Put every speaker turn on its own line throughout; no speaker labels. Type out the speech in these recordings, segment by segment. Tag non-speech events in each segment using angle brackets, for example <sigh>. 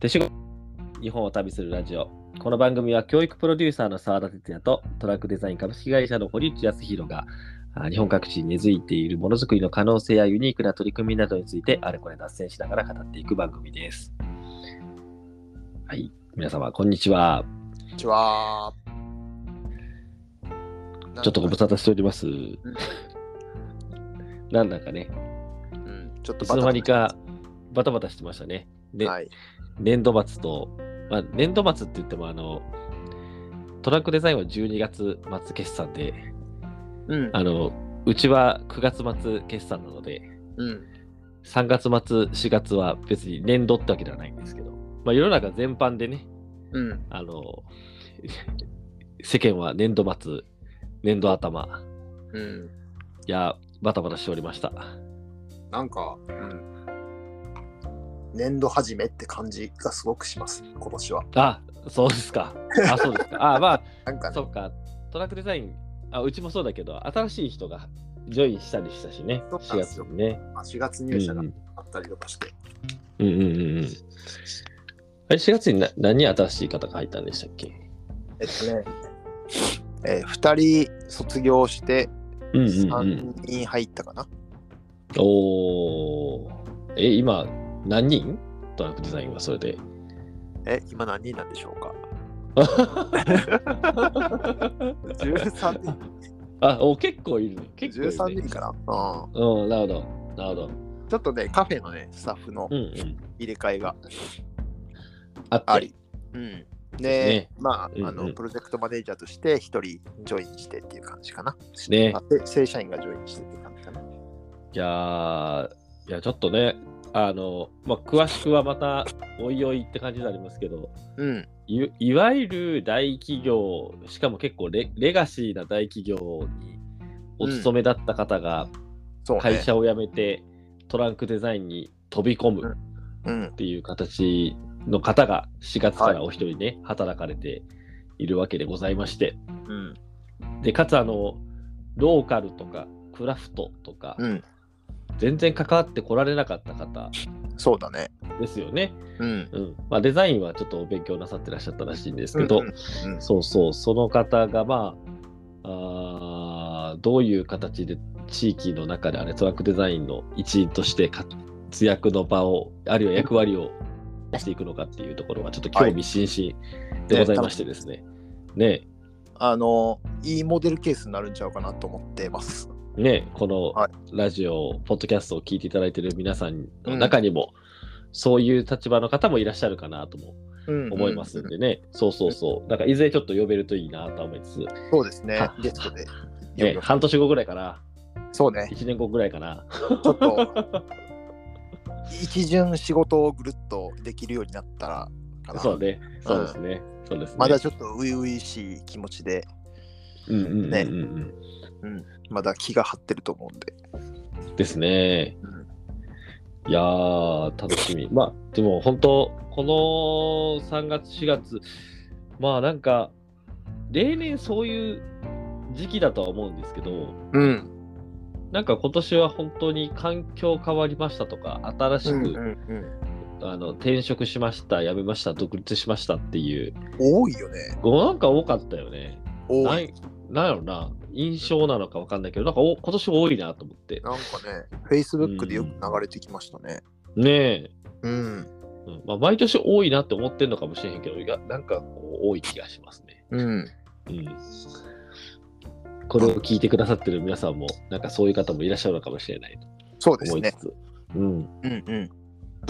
手仕事日本を旅するラジオこの番組は教育プロデューサーの澤田哲也とトラックデザイン株式会社の堀内康弘があ日本各地に根付いているものづくりの可能性やユニークな取り組みなどについてあれこれ脱線しながら語っていく番組ですはい皆様こんにちは
こんにちは。
ちょっとご無沙汰しておりますなんだかね
うん、ちょっと
いつの間にかバタバタしてましたねで、
はい。
年度末と、まあ、年度末って言ってもあのトラックデザインは12月末決算で
うん。
あのうちは9月末決算なので
うん。
3月末4月は別に年度ってわけではないんですけど、まあ、世の中全般でね
うん。
あの <laughs> 世間は年度末年度頭
うん。
いやバタバタしておりました
なんか、うん。年度始めって感じがすごくします、今年は。
あそうですかあそうですかあまあ
なんかね、
そうか、トラックデザイン、あうちもそうだけど、新しい人がジョインしたりしたしね、
そうなん
4
です
月
よ
にね。
まあ4月
うんう
入社が
ん
あったりとかして。
うんうんうん。あれ、4月にな何人新しい方が入ったんでしたっけ
えっとね、えー、2人卒業して
うんうんうん。
3人入ったかな。
おー。え、今、何人トラックデザインはそれで。
え、今何人なんでしょ
<laughs>
うか ?13 人。
あ、お結構いるね。結構いる、ね。
13人かな、うん、
うん、なるほど。なるほど。
ちょっとね、カフェのね、スタッフの
うんうん。
入れ替えが
あって。
あり。うん。
ね
で、まあ、
うんうん
あの、プロジェクトマネージャーとして一人ジョインしてっていう感じかな。
ね
あで、正社員がジョインしてっていう感じかな。
いやーいやちょっとね、あの、まあ、詳しくはまた、おいおいって感じになりますけど、
うん。
いいわゆる大企業、しかも結構レレガシーな大企業にお勤めだった方が、
そうね。
会社を辞めて、トランクデザインに飛び込む
うん
っ。ていう形の方が、4月か
は
らお一人ね、働かれているわけでございまして、
うん。
でかつ、あの、ローカルとか、クラフトとか、
うん。
全然関わってこられなかった方
そうだね。
ですよね。
うん。
うんまあ、デザインはちょっとお勉強なさってらっしゃったらしいんですけど、
うんうん
そうそう、その方が、まあ、あーどういう形で地域の中であれトラックデザインの一員として活躍の場を、あるいは役割をしていくのかっていうところは、ちょっと興味津々でございましてですね。ね
あの、いいモデルケースになるんちゃうかなと思ってます。
えねえこの
は
ラジオ、ポッドキャストを聞いていただいている皆さんの中にも、そういう立場の方もいらっしゃるかなとも
うん
思いますんでね、そうそうそう、なんかいずれちょっと呼べるといいなとは思いつつ、
うんそうですね
は。
ゲストで。
ね、半年後ぐらいかな、
そ
<laughs>
うね。
1年後ぐらいかな、
ちょっと。一巡仕事をぐるっとできるようになったらかな。
そうね、そうですね、そうですね。
まだちょっと初々しい気持ちで、
うんうんうん
ね
うん
まだ気が張ってると思うんで。
うん。ですね。
うん
いやー、楽しみ。まあ、でも本当、この3月、4月、まあなんか、例年そういう時期だとは思うんですけど、
うん。
なんか今年は本当に環境変わりましたとか、新し
う
く、
んうん
あの転職しました、辞めました、独立しましたっていう、
多いよね。
ごなんか多かったよね。
多。
ないいなんやろな、印象なのかわかんないけど、なんかお今年多いなと思って。
なんかね、Facebook でよく流れてきましたね。
ねえ、
うん。
うんまあ、毎年多いなって思ってんのかもしれへんけど、いやなんかこう多い気がしますね。
うん。
うん。これを聞いてくださってる皆さんも、なんかそういう方もいらっしゃるのかもしれない
そう
と
です
思いつ
ね。
つ。うん、
うんうん。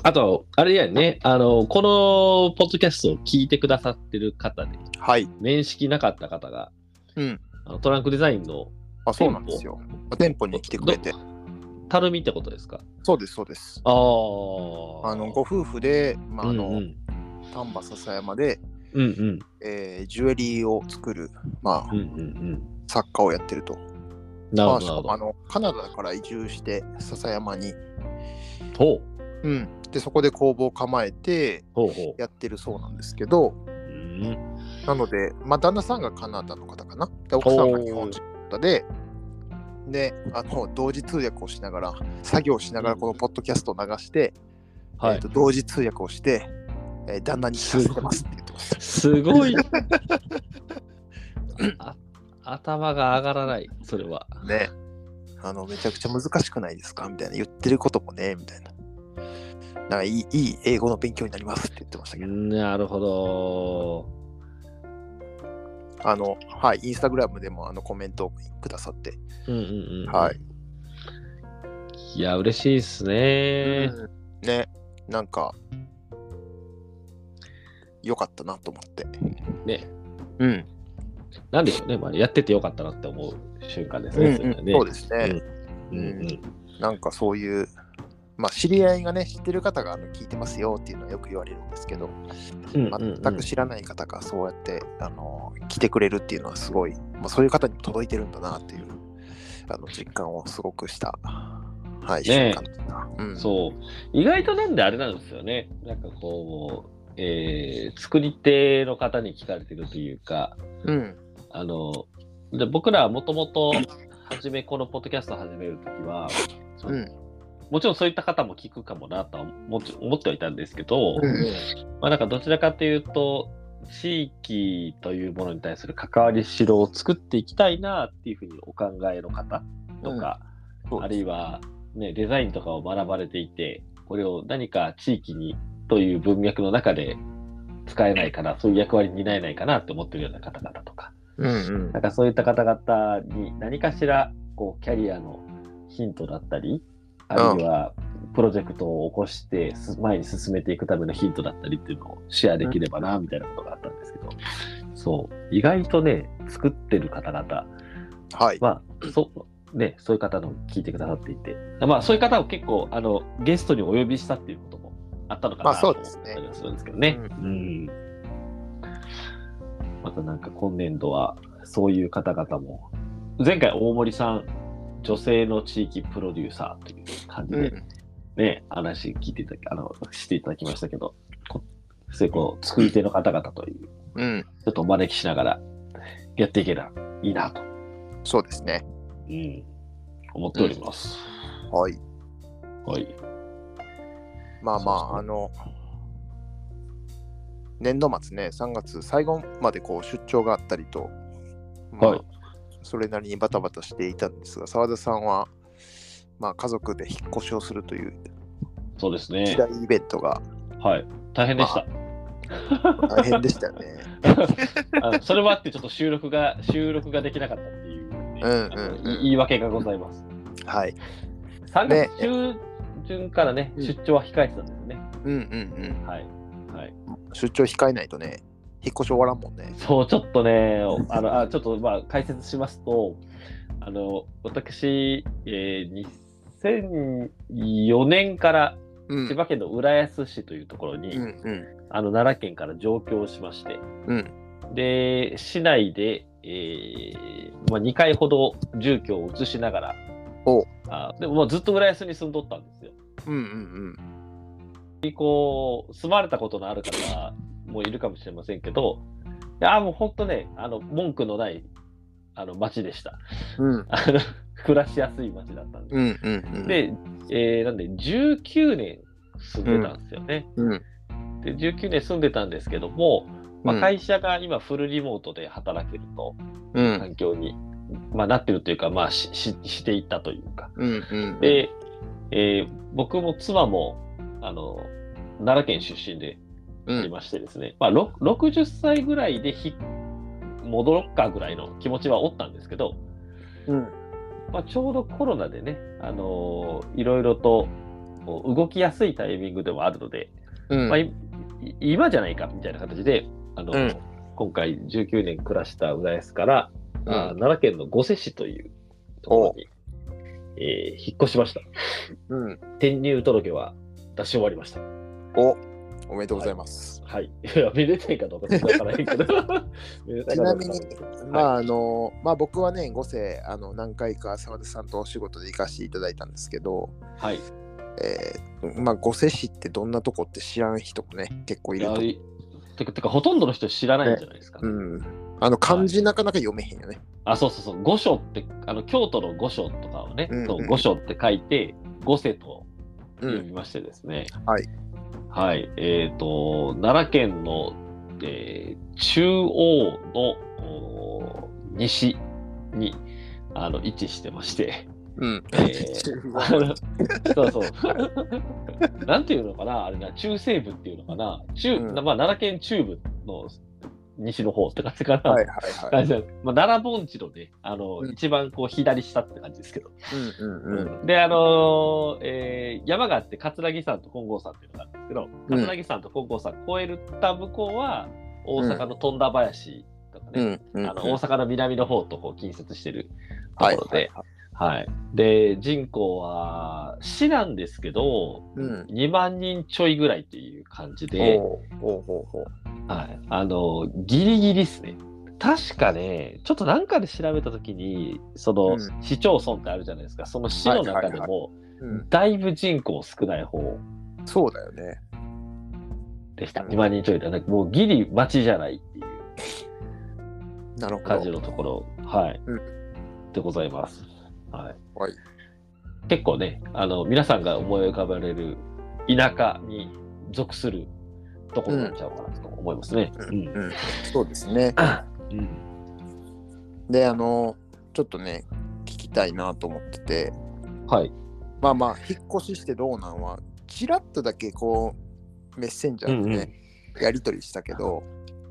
あと、あれやね、あの、このポッドキャストを聞いてくださってる方で、
はい。
面識なかった方が、
うん。
あのトランクデザインの
あ、そうなんですよ。店舗に来てくれて。
たるみってことですか
そうです、そうです。
ああ。
あの、ご夫婦で、まあ、あ
うんう
の、
ん
丹波篠山で、
うんうん
えージュエリーを作る、まあ
う、んうんうん。
作家をやってると。
なる
ま
ほ
あ、しか
ど、
も
な
あ
る
の、カナダから移住して、篠山に。
ほど。
うん。で、そこで工房を構えて、
ほう、ほうほ
やってるそうなんですけど、
う。うん。
なので、まあ、旦那さんがカナダの方かな。で、奥さんが日本人の方で、で、あの、同時通訳をしながら、作業しながらこのポッドキャストを流して、
は
え
い
ーと。同時通訳をして、えー旦那に聞かせてますって言ってます。
すご
<laughs>
いあ頭が上がらない、それは。
ね。あの、めちゃくちゃ難しくないですかみたいな。言ってることもね、みたいな。なんかいい、いい英語の勉強になりますって言ってましたけど。
なるほど。
あの、はい、インスタグラムでもあのコメントをくださって。
うんうんうん。
はい。
い。いや、嬉しいですね。
うんね。なんか、良かったなと思って。
ね。
うん。
なんでしょうね、まあ、やっててよかったなって思う瞬間です
うん
ね。
うん
れ
そ
は
うですね。
うんうん
なんかそういう、まあ、知り合いがね、知ってる方があの聞いてますよっていうのはよく言われるんですけど、
うんうんうん
全く知らない方がそうやって、あの来てくれるっていうのはすごい、まあ、そういう方にも届いてるんだなっていうあの実感をすごくした、はい、
ねえ
瞬間だった。うん、
そう意外となんであれなんですよねなんかこう、えー作り手の方に聞かれてるというか
う。ん。
あので僕らはもともと初めこのポッドキャストを始めるときは、
うん。
もちろんそういった方も聞くかもなとは思って思ってはいたんですけど、
うん
まあ、なんかどちらかというと地域というものに対する関わりしろを作っていきたいなっていうふうにお考えの方とか、
そう
あるいは、ね、デザインとかを学ばれていてこれを何か地域にという文脈の中で使えないかなそういう役割に担えないかなって思ってるような方々とか
うん
なんかそういった方々に何かしらこうキャリアのヒントだったりあるいはプロジェクトを起こしてす前に進めていくためのヒントだったりっていうのをシェアできればなみたいなことがあったんですけどそう意外とね作ってる方々
はい。
まあ、そう、ね、そういう方の聞いてくださっていて、まあ、そういう方を結構、あの、ゲストにお呼びしたっていうこともあったのか
ま
な
あ
と
そう
思っ
ですね
たりはするんですけどね。
う
うん。またなんか今年度は、そういう方々も、前回大森さん、女性の地域プロデューサーという感じ
う
で
ん。
ね、話聞いていただき、あの、していただきましたけど、こそういうこう、作り手の方々という、
うん。
ちょっとお招きしながら、やっていけばいいなと。
そうですね。
うん、思っております。
はい。
はい。
まあま
そうそう
あ、あの、年度末ね、3月最後までこう出張があったりと、まあ
はい
それなりにバタバタしていたんですが、澤田さんは、まあ、家族で引っ越しをするという
そうです
一
ね。
大イベントが
はい。大変でした。
大変でしたよね。
<laughs> あのそれもあって、ちょっと収録が、 <laughs> 収録ができなかったっていうね、
うんうん
あの
うん
い言い訳がございます。
はい。
3
ね
月中旬からね、
うん
出張は控えてたんですよね。
うんうん
はい。はい、
うん。出張控えないとね、引っ越し終わらんもんね。
そう、ちょっとね、あのあちょっとまあ解説しますと、あの私、えー2004年から
うん。
千葉県の浦安市というところに、
うんうん。
あの奈良県から上京しまして、
うん。
で、市内で、えーまあ、2回ほど住居を移しながら、
お
あでもまあずっと浦安に住んどったんですよ。
うんうん
こう住まれたことのある方もいるかもしれませんけど、いやもう本当ね、あの文句のないあの町でした。
うん。うん
あの <laughs> 暮らしやすい町だったんで
うんうんうん。
す。、で、えーなんで19年住んでたんですよね。
うん。
で19年住んでたんですけども、ま
う
あ、
ん
会社が今フルリモートで働けると、
うん
環境に、まあ、なってるというか、まあ、しししていったというか。
うんうん。、
で、えー僕も妻もあの奈良県出身で
う
い
ん。
ましてですね、まあ、ろ60歳ぐらいでひ戻ろっかぐらいの気持ちはおったんですけど、
うん。
まあ、ちょうどコロナでね、あのーいろいろとこう動きやすいタイミングでもあるので、
うん。
まあ、いい今じゃないかみたいな形で、あの
うん
今回19年暮らした浦安から、
うん
あー奈良県の御所市というところに、えー引っ越しました。
うん。
転入届は出し終わりました。
お、おめでとうございます。
はい。いや、めでたいかどうかわからないけ
<laughs>
ど。めでたいかどうかわからんけど
ちまああのまあ、僕はね、五世あの何回か澤田さんとお仕事で行かせていただいたんですけど、
はい。
えーまあ、五世市ってどんなとこって知らん人もね、結構い
い
ると
や
思う
いてか、てか、ほとんどの人知らないんじゃないですか。
うん。あの漢字なかなか読めへんよね。
あ、そうそうそう。御所って、あの、京都の御所とかをね、
うんうん
そう御所って書いて、御世と
う
呼
ん。
びましてですね。
はい。
はい、えっ、と、奈良県の、えー中央のおー西にあの位置してま
<laughs>
して、
うん。
えー
<laughs>
あのそうそう。 <laughs> なんていうのかな、あれな、中西部っていうのかな、中、
うん
まあ、奈良県中部の西の方って感じかな。
はい <laughs> はいは
感
い。
じなんですまあ、奈良盆地のね、あの、
うん
一番こう左下って感じですけど。
うんうんうん。
で、あのーえー山があって、葛城山と金剛山っていうのがあるんですけど、葛城山と金剛山越えるた向こうは、大阪の富田林とか
う
ね、
んうん。
あの大阪の南の方とこう近接してるとこ
はい
ろで、
はいはい。
はい、で人口は市なんですけど
うん。
2万人ちょいぐらいっていう感じで、
おうおうほうほう。
はい、あのギリギリですね確かねちょっとなんかで調べた時にその、
うん
市町村ってあるじゃないですかその市の中で
はいはい
も
うん。
だいぶ人口少ない方
そうだよね。
でした、
うん
2万人ちょいだねもうギリ町じゃないっていう
なるほ
感じ
ど。
のところ、はい、
う
でございます、はい、
はい。
結構ねあの皆さんが思い浮かばれる田舎に属するところなんちゃうかなと思いますね。
う
うんん
うん。そうですね。
うん
で、あの、ちょっとね、聞きたいなと思ってて、
はい、
まあまあ、引っ越ししてどうなんは、ちらっとだけこう、メッセンジャーでね、やり取りしたけど、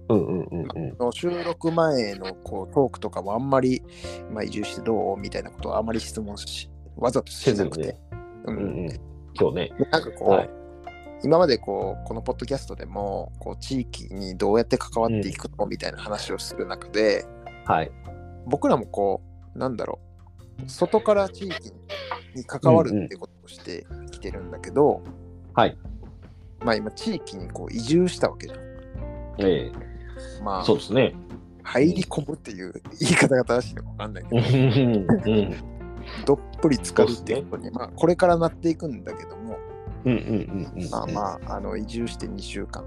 うんうんうんうん
その収録前のこうトークとかもあんまり、まあ、移住してどうみたいなことをあまり質問し、わざとしなくて。
う
う
んんうん今日ね、
なんかこう、
はい
今までこうこのポッドキャストでもこう地域にどうやって関わっていくのみたいな話をする中で、
はい、
僕らもこうなんだろう外から地域に関わるってことをしてきてるんだけど、
はい
まあ今地域にこう移住したわけじゃん。
ええ
まあ
そうですね。
入り込むっていう <laughs> 言い方が正しいのか分かんないけど、
うんうん
どっぷり浸かるっていうことに、まあこれからなっていくんだけども、
うんうんうんうんうん。
まあまああの移住して2週間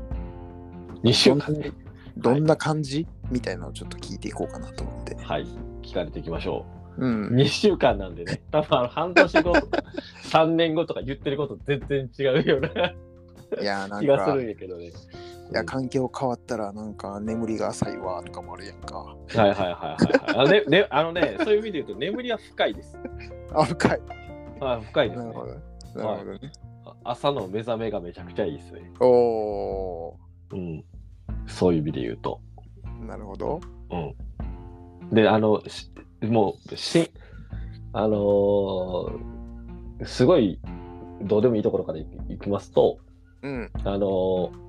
二週間ね。
どんな感じ、みたいなのをちょっと聞いていこうかなと思って。
はい、聞かれていきましょ
う
う。
ん。
二週間なんで
<laughs>
ね、多分あの半年後、三年後とか言ってること全然違うようない
や、なん
気がす
か、
るん
い
やけどね。
や、環境変わったら、なんか、眠りが浅いわとかもあるやんか。
はいはいはいはい、はいあねね。あのね、そういう意味で言うと、眠りは深いです。
あ、深い。
はい、深いです
なる
ね
ほ。ど。なるほどね。
あ朝の目覚めがめちゃくちゃいいですね。
お
うん。そういう意味で言うと。
ー、なるほど。
うん。で、あの、しもう、し、あのーすごい、どうでもいいところからいいきますと、
うん。
あのー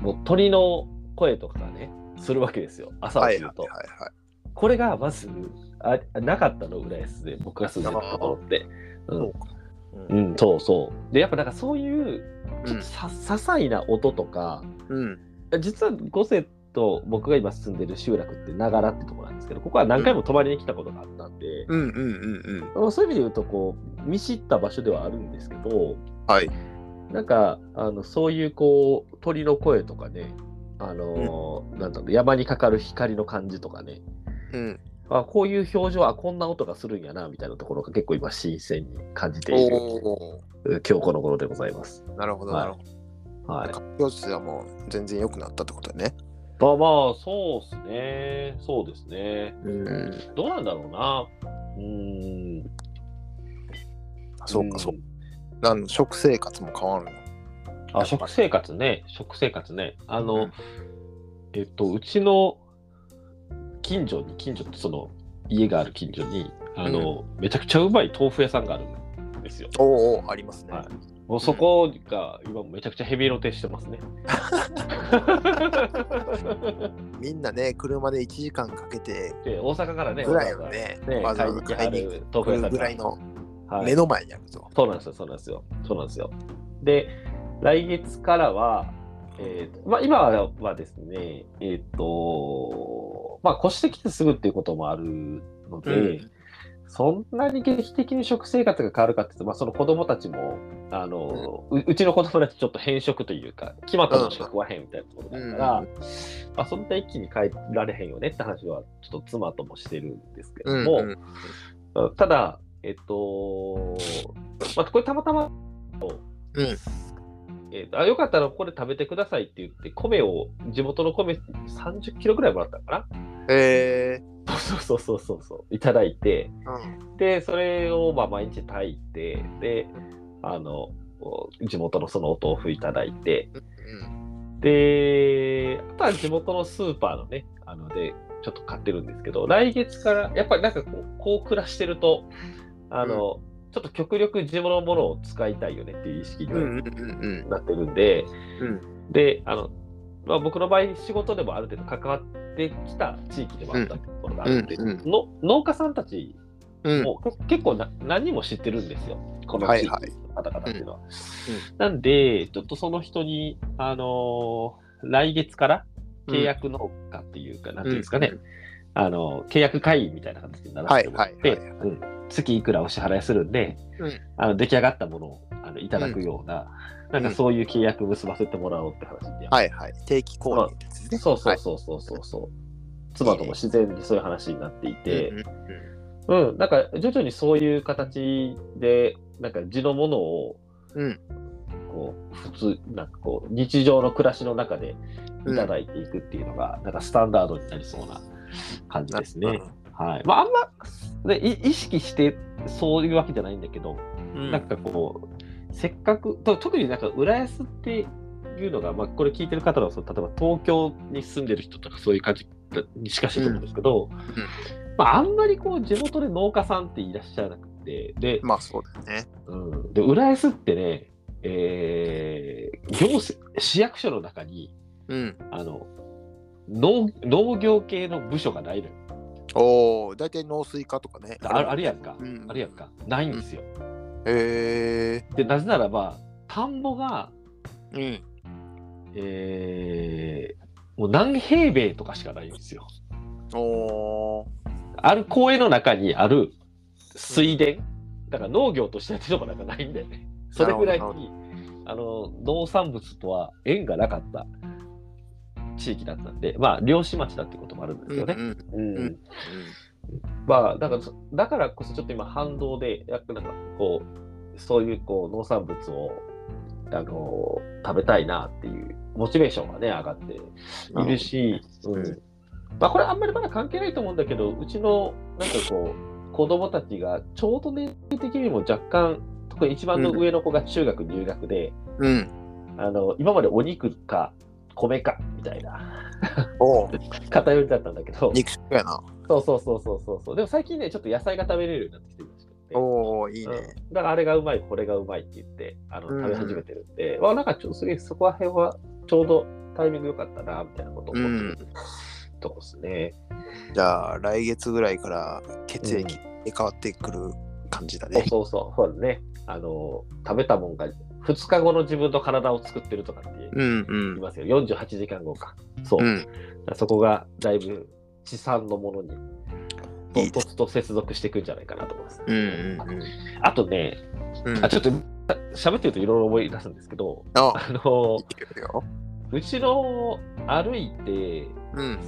もう鳥の声とかがね、するわけですよ。朝
は
起
い
き
は
る
い
と。
は
これがまずあなかったの浦安で僕が住んでたところって。うん
そう
う
い。
ん、そうそう。でやっぱなんかそういうち
う
ょっ
ん
とさ、些細な音とか
うん。
実はゴセと僕が今住んでる集落って長良ってとこなんですけどここは何回も泊まりに来たことがあったんで、
うんうんうんうん。
そういう意味で言うとこう見知った場所ではあるんですけど
はい。
なんかあのそういうこう鳥の声とかねあのー、なんだろう山にかかる光の感じとかね
うん。
あこういう表情あこんな音がするんやなみたいなところが結構今新鮮に感じている
お
今日この頃でございます。
ー、なるほど
はい
なるほど。
はい、
環境自体はもう全然良くなったってことね。
まあまあそうですねそうですね
うん。
どうなんだろうなうーん
そうかそう。なん食生活も変わるの。
あ食生活ね食生活ねあの、
うん
えっとうちの近所に近所ってその家がある近所にあの、めちゃくちゃうまい豆腐屋さんがあるんですよ
おーおーありますね。
はいもうそこが今めちゃくちゃヘビロテしてます
<laughs>
ね。
みんなね、車で1時間かけて
で大阪からね、
ぐらいのね、わ
わざ
ざ
わ
わ
ざね
ざ買
買
い
い
に
に
行
行
く
く豆腐屋さん
ぐらいの
がはい
目の前にあるぞ。
そうなんですよ、そうなんですよ。そうなんですよ。で、来月からは、えーとまあ、今はですね、えっ、と、まあ、越してきてすぐっていうこともあるので、
うん
そんなに劇的に食生活が変わるかっていうと、まあ、その子供たちも、あのううちの子供たちちょっと変色というか、決まったのしか食わへんみたいなところだから、
うん
まあ、そんな一気に変えられへんよねって話は、ちょっと妻ともしてるんですけど
うん
も、
うん
ただ、えっと、まあ、これたまたま
うん
えーとあよかったらこれ食べてくださいって言って、米を、地元の米30キロぐらいもらったのか
えー、
なそうそうそうそうそう、いただいて、
うん。
で、それをまあ毎日炊いて、で、あの、お地元のそのお豆腐いただいて、
うん。
で、あとは地元のスーパーのね、あので、ちょっと買ってるんですけど、来月から、やっぱりなんかこう、こう暮らしてると、あの、ちょっと極力地元のものを使いたいよねっていう意識に
う
は
んうんうん
なってるんで、
うん。
で、あの、まあ、僕の場合、仕事でもある程度関わってきた地域でもあったところがあるんで、
うんうんう
の農家さんたち
うん。
もう結構な何人も知ってるんですよ、この
はい
地域の
はい
方々っていうのは。なんで、ちょっとその人に、あのー来月から契約農家っていうか、なんていうんですかね、。あの契約会員みたいな形にならせてもらっ
は
て、
いはいはい
うん月いくらお支払いするんで、
うん
あの出来上がったものをあのいただくような、なんかそういう契約結ばせてもらおうって話で、
はいはい。定期購入ですね。
そうそう
はい
そうそうそうそう、妻とも自然にそういう話になっていて、
うん
うん、なんか徐々にそういう形で、なんか地のものを、
うん
こう、普通、なんかこう、日常の暮らしの中で
うん
いただいていくっていうのが、なんかスタンダードになりそうな感じですね。
う
はい。まあ、あんま、ね、い意識してそういうわけじゃないんだけど、
ん
なんかこう、せっかく、と特になんか浦安っていうのが、まあ、これ聞いてる方はその、例えば東京に住んでる人とかそういう感じにしかしいと思うんですけど、まあ、あんまりこう地元で農家さんっていらっしゃらなくて、で、
まあそうだよね。
うん、で浦安ってね、えー行政市役所の中に
うん。
あの農農業系の部署がないのよ。
おお、大体農水化とかね。
ああるやんか、
うん
あるやんか、ないんですよ。
へ
で、なぜならば、田んぼが
え。うん。
えーもう何平米とかしかないんですよ。
おー
ある公園の中にある水田、だから農業としてやってるのがなんかないんだよ
<laughs>
ね。それぐらい
なるほ
にあの農産物とは縁がなかった地域だったんで、まあ漁師町だってこともあるんですよね。
うん
うん
うん
まあだからそだからこそちょっと今反動でやっぱなんかこうそういうこう農産物をあの食べたいなっていうモチベーションがね上がっているし、
ほど
うん
う
まあ、これあんまりまだ関係ないと思うんだけどうちのなんかこう子供たちがちょうど年齢的にも若干特に一番の上の子が中学入学で、
うん。
あの今までお肉か米かみたいな
おお、
偏りだったんだけど
肉食やな。
そうそうそうそうそうそうでも最近ねちょっと野菜が食べれるようになってきてるらしくて。
おお、いいね。
うんだからあれがうまいこれがうまいって言ってあの
うん
食べ始めてるんで、まあなんかちょっとすげえそこら辺はちょうどタイミング良かったなみたいなことを思ってるとこですね、
じゃあ、来月ぐらいから血液に変わってくる感じだね。
そうそうそうそうだねあの食べたもんが2日後の自分の体を作ってるとかって言
うんう
い
ん。
ますよ、48時間後かそう、
うん。
そこがだいぶ地産のものに
いい
と
で
っとと接続していくんじゃないかなと思います、
うんうん
あとね
うん。うん
あちょっと喋ってるといろいろ思い出すんですけど
あ、
あの
いけるよ。
うちの歩いて
うん。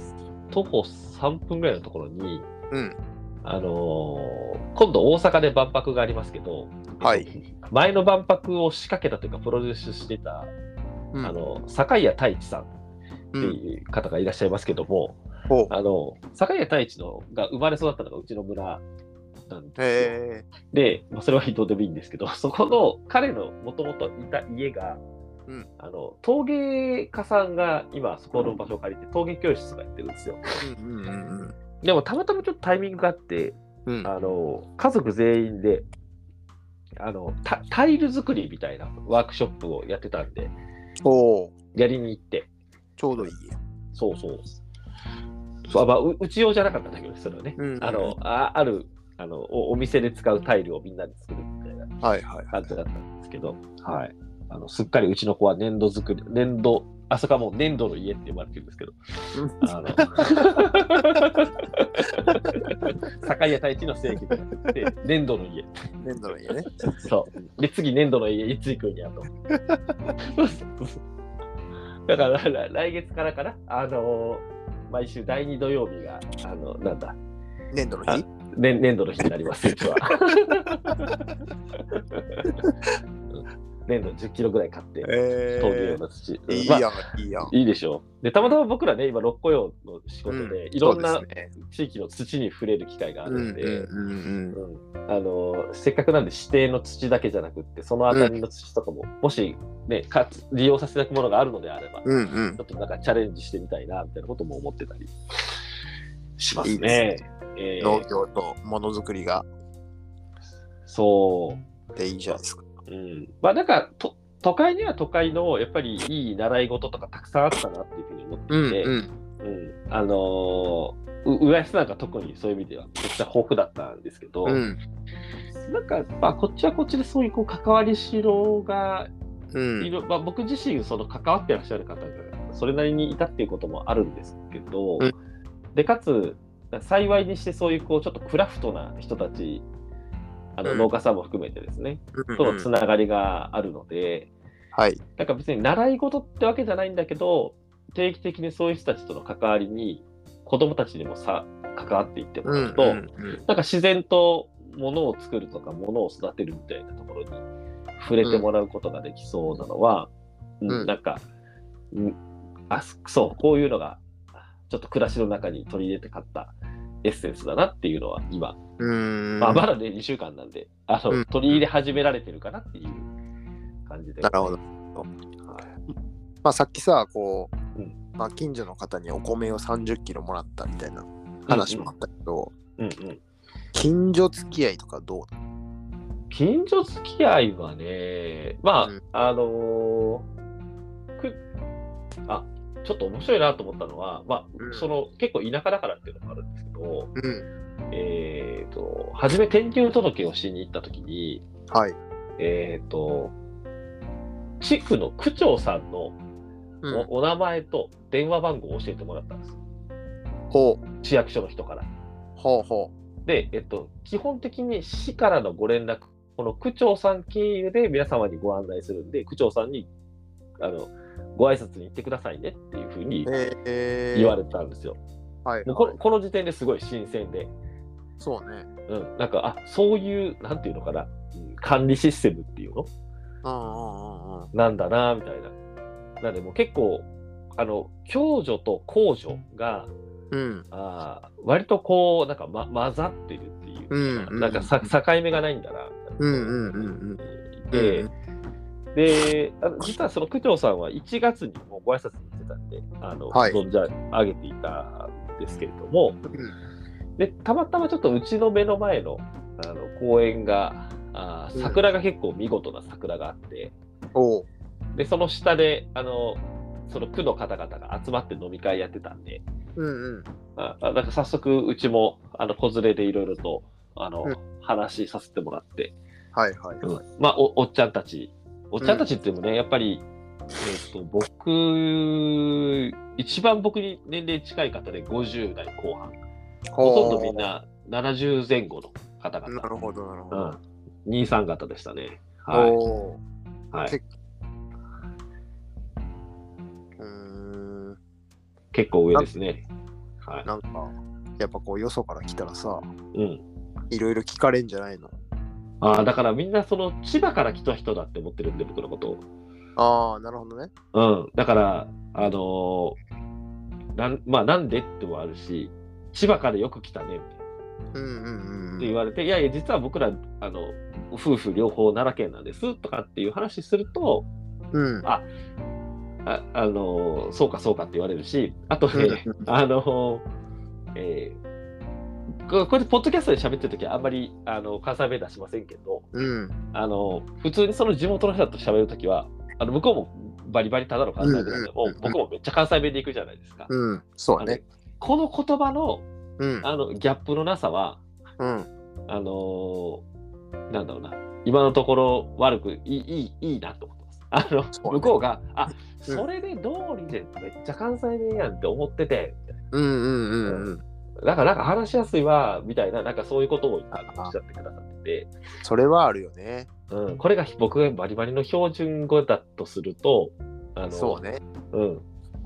徒歩3分ぐらいのところに、
うん
あのー今度大阪で万博がありますけど、
はい
前の万博を仕掛けたというかプロデュースしてた、
うん
あの坂井谷太一さんっ
う
て
ん。
いう方がいらっしゃいますけども、
おう
あの坂井谷太一のが生まれ育ったのがうちの村なんですよ。
へえ。
で、まあ、それはどうでもいいんですけど <laughs> そこの彼のもともといた家が、
うん
あの陶芸家さんが今そこの場所を借りて陶芸教室がやってるんですよ。
うんうんうん
でもたまたまちょっとタイミングがあって、
うん。うん。
あの家族全員であのタタイル作りみたいなワークショップをやってたんで、
おお、
やりに行って、
ちょうどいいや。
そうそう。そうまあ、ううち用じゃなかったんだけど、それはね、
うん
あのああるあのおお店で使うタイルをみんなで作るみたいな
はいはいは
感じだったんですけど、はい、あのすっかりうちの子は粘土作り、粘土、あそこはもう粘土の家って呼ばれてるんですけど、
い。 <laughs>
あの酒屋太一の正義で粘土の家
粘土の家
<laughs>
ね。
そうで次粘土の家いつ行くんや
<laughs>
とだから来来月からかなあのー毎週第2土曜日があのなんだ、
粘土の日
ね、粘土の日になりますうちは <laughs> 粘土10キロぐらい買って、
え
陶芸用の土。
いい
まあ
やん、いいやん。
いいでしょう。で、たまたま僕らね、今、六個用の仕事で、いろん
そ
な
うですね
地域の土に触れる機会があ
う
る
ん
ん
うん
で、
うん
うんあのせっかくなんで指定の土だけじゃなくってその辺りの土とかも、もし、ね、か利用させたくものがあるのであれば、ち
うんうん
ょっとなんかチャレンジしてみたいなみたいなことも思ってたりしますね。
いいで
えー
農業とものづくりが
そ
でいいじゃないですか。
う、うん、まあなんかと都会には都会のやっぱりいい習い事とかたくさんあったなっていうふうに思っていて、
ん。
うんあのーう浦安なんか特にそういう意味ではめっちゃ豊富だったんですけど、
うん
なんか、まあ、こっちはこっちでそういうこう関わりしろが
うん
いろまあ、僕自身その関わってらっしゃる方がそれなりにいたっていうこともあるんですけど、
うん
でかつ幸いにしてそういうこうちょっとクラフトな人たちあ
う
の
ん
農家さんも含めてですね、
うん
とのつながりがあるので
はい。
なんか別に習い事ってわけじゃないんだけど定期的にそういう人たちとの関わりに子どもたちにもさ関わっていってもらうと、
うん
なんか自然と物を作るとか物を育てるみたいなところに触れてもらうことができそうなのは、うん
うん
なんか、うんあそうこういうのがちょっと暮らしの中に取り入れて買ったエッセンスだなっていうのは今、
うん
まあ、まだね2週間なんであの、
うん
取り入れ始められてるかなっていう感じで。
なるほど。まあさっきさ、こう、
うん
まあ近所の方にお米を30キロもらったみたいな話もあったけど、
うんうん、
近所付き合いとかどうなの
近所付き合いはね、まあ、
うん
あのーくあちょっと面白いなと思ったのは、まあ
うん
その結構田舎だからっていうのもあるんですけど、
うん。
えー、と初め転入届をしに行った時に、
はい。
えー、と地区の区長さんの
うん
お,、名前と電話番号を教えてもらったんです
ほう
市役所の人から。
ほうほ
で、えっと、基本的に市からのご連絡、この区長さん経由で皆様にご案内するんで、区長さんにあのご挨拶に行ってくださいねっていうふうに
う。えー、
言わ
れ
れたんですよ。
はい、
もうこのこの時点ですごい新鮮で、
そうね。
うん、なんか、あそういう、なんていうのかな、うん管理システムっていうの
うんうんうんうん。
なんだな、みたいな。なんで、もう結構、あの共助と公助が
うん。
あー割とこうなんか、ま、混ざってるっていう、
うんうん
なんかさ境目がないんだなみたいな
うんうんうん
で、
うん
であの実はその区長さんは1月にもうご挨拶に行ってたんで、あの
はい
存じ上げていたんですけれども、
うん。
でたまたまちょっとうちの目の前のあの公園が、あー
うん
桜が結構見事な桜があって、
おう。
でその下であのその区の方々が集まって飲み会やってたんで、
うんうん。
ああなんか早速、うちもあの子連れでいろいろとあの、
うん
話させてもらって、
はいはいはい。
まあお、おっちゃんたち、おっちゃんたちって言ってもね、やっぱり、えー、と僕、一番僕に年齢近い方で50代後半、ほとんどみんな70前後の方
ほう。な
々、
るほどなるほ
う
ど
ん。、兄さん方でしたね。は
おお。
いはい、
結うーん。
結構上ですね。はい
なんか、やっぱこう、よそから来たらさ、
うん、
いろいろ聞かれんじゃないの
あーだからみんなその千葉から来た人だって思ってるんで、僕のことを。
ああ、なるほどね。
うん、だから、あのーなんまあ、なんでってもあるし、千葉からよく来たねって
うんうんうん。
言われて、いやいや、実は僕らあの夫婦両方奈良県なんですとかっていう話すると、
うん。
ああのーそうかそうかって言われるし、あとね、あのーえーここれ、ポッドキャストで喋ってるときは、あんまりあの関西弁出しませんけど、
うん。
あの普通にその地元の人と喋るときは、あの向こうもバリバリただの関西弁なんで、
うん
も
うんうんうん
う僕もめっちゃ関西弁で行くじゃないですか。
うん。そう
あ
ね。
のこの言葉の
うん。
あのギャップのなさは、
うん。
あのーなんだろうな、今のところ悪くいいいいいいなと思ってます。あの
そうね
向こうが、あ
うん
それで通りでめっちゃ関西弁やんって思ってて、
うんうんうんうん。
なんかなんか話しやすいわみたいな、なんかそういうことをあのおっしゃってくださってて、
それはあるよね。
うん、これが僕がバリバリの標準語だとすると、あの
そうね。
うん、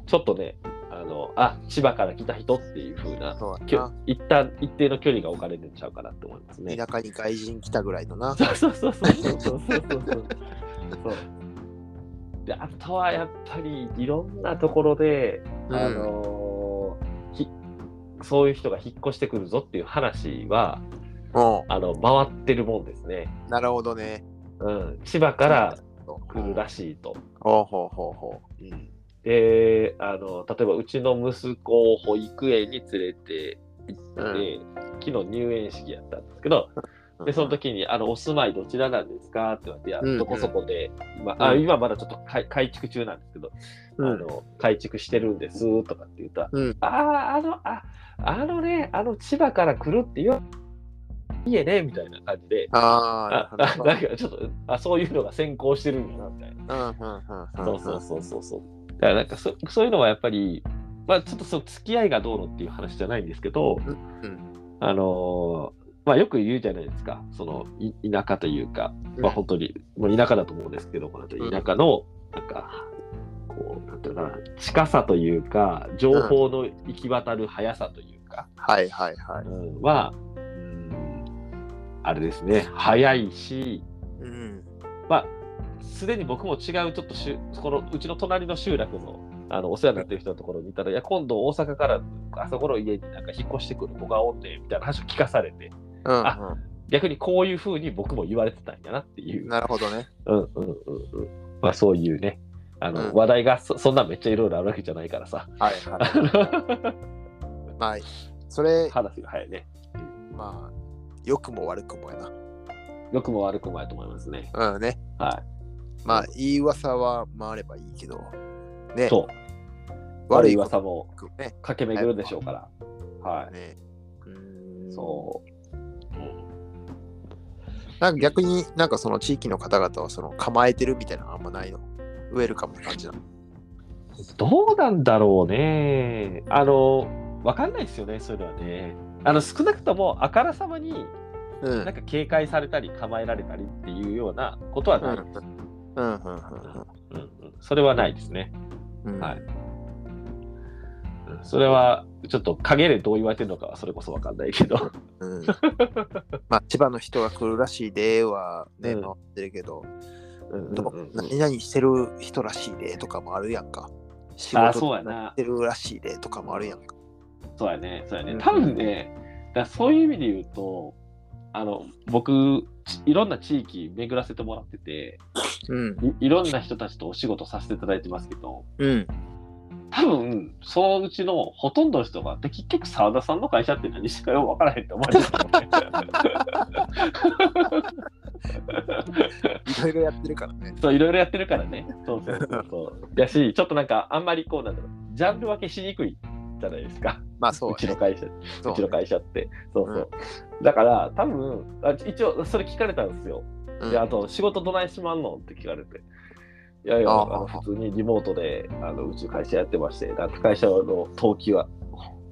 ちょっとね、あのあ千葉から来た人っていう風な
そう
き
や
ょ一旦一定の距離が置かれてんちゃうかなって思いますね。
な。田舎に外人来たぐらいのな。
そうそうそうそうそうそうそうそう。そうであとはやっぱりいろんなところで、
うん
あのーひそういう人が引っ越してくるぞっていう話は
う
あの回ってるもんですね、
ん。なるほどね。
うん、千葉から来るら
しい。
しいと。
ほうほうほうほう。うん。
であの例えばうちの息子を保育園に連れて行って、昨日入園式やったんですけどでその時にあの「お住まいどちらなんですか?」って言われていや
うんう
「
ん
どこそこで、まあ、あ
うん
今まだちょっと改改築中なんですけど、
うん
あの改築してるんです」とかって言ったら「
うん
あああのああのねあの千葉から来るって言わ家ね」みたいな感じで。
あ
あ
あ、
あ
な
なん
る
かちょっとあそういうのが先行してるんだなみたいな。
ほど。うんうんうん
そ
うん。
うそうそうそうそう。だからなんかそそういうのはやっぱり、まあ、ちょっとその付き合いがどうのっていう話じゃないんですけど、
うん
あのーまあ、よく言うじゃないですかそのい田舎というか、まあ、本当に、もう田舎だと思うんですけどこの後田舎のなんかこうなんていうのかな近さというか情報の行き渡る速さというか、
はいはいはい。
うんは、うん、あれですね速いし
うん。
まあ、すでに僕も違うちょっとしゅこのうちの隣の集落のあのお世話になってる人のところにいたら、いや今度大阪からあそこの家になんか引っ越してくる子がおんねんみたいな話を聞かされて
うん
あ逆にこういうふうに僕も言われてたんやなってい
うん。
う、
なるほどね。
うんうんうんうんまあ、そういうねあの、
うん
話題がそそんなめっちゃいろいろあるわけじゃないからさ
はいはい。
<laughs>
まあ、それ、
話が早いね
まあ、良くも悪くもや
良くも悪くもやと思いますね
な。うんね。
は
まあ、いい噂は回ればいいけど、
い
ね、
そう悪
悪
い
い
噂
噂
も
もね。
駆け巡るでしょうからは
ねうー
い
ん
そう、うん
なんか逆になんかその地域の方々はその構えてるみたいなのあんまないの。ウェルカムな感じなの。
どうなんだろうね。あの、わかんないですよね、そういうのはね。あの、少なくとも、あからさまに、
うん。うん
なんか警戒されたり、構えられたりっていうようなことは
う
ない
ん
です。う
うん
ん、うん、それはないですね。
うんうん。
はい。うんそれは、ちょっと陰でどう言われてるのかは、それこそわかんないけど。
うん、まあ千葉の人が来るらしいではね、
うん
回ってるけど、
うん
どこ何々してる人らしいでとかもあるやんか。仕
あー
事
そうやな
してるらしいでとかもあるやんか。
そうやね、そうやね
う。ん
多分ね、だからそういう意味で言うと、あの、僕、ちいろんな地域巡らせてもらってて、
うん。
いいろんな人たちとお仕事させていただいてますけど
うん。
多分そのうちのほとんどの人がで結局澤田さんの会社って何してるかよく分からへんって思われてたと思
<laughs>
う
いろいろやってるからね。
そういろいろやってるからねそうそうそう
<laughs>
そうだしちょっとなんかあんまりこうなんだろうジャンル分けしにくいじゃないですか
まあそうう
ち
や
の
ね。
会社
そう
ちの会社ってそうそうう、だから多分あ一応それ聞かれたんですよ
うん
で、あと、仕事どないしまんのって聞かれて。いやいや、
あ
あ
あ
の普通にリモートで、あの、うち会社やってまして、なんか会社の東京は、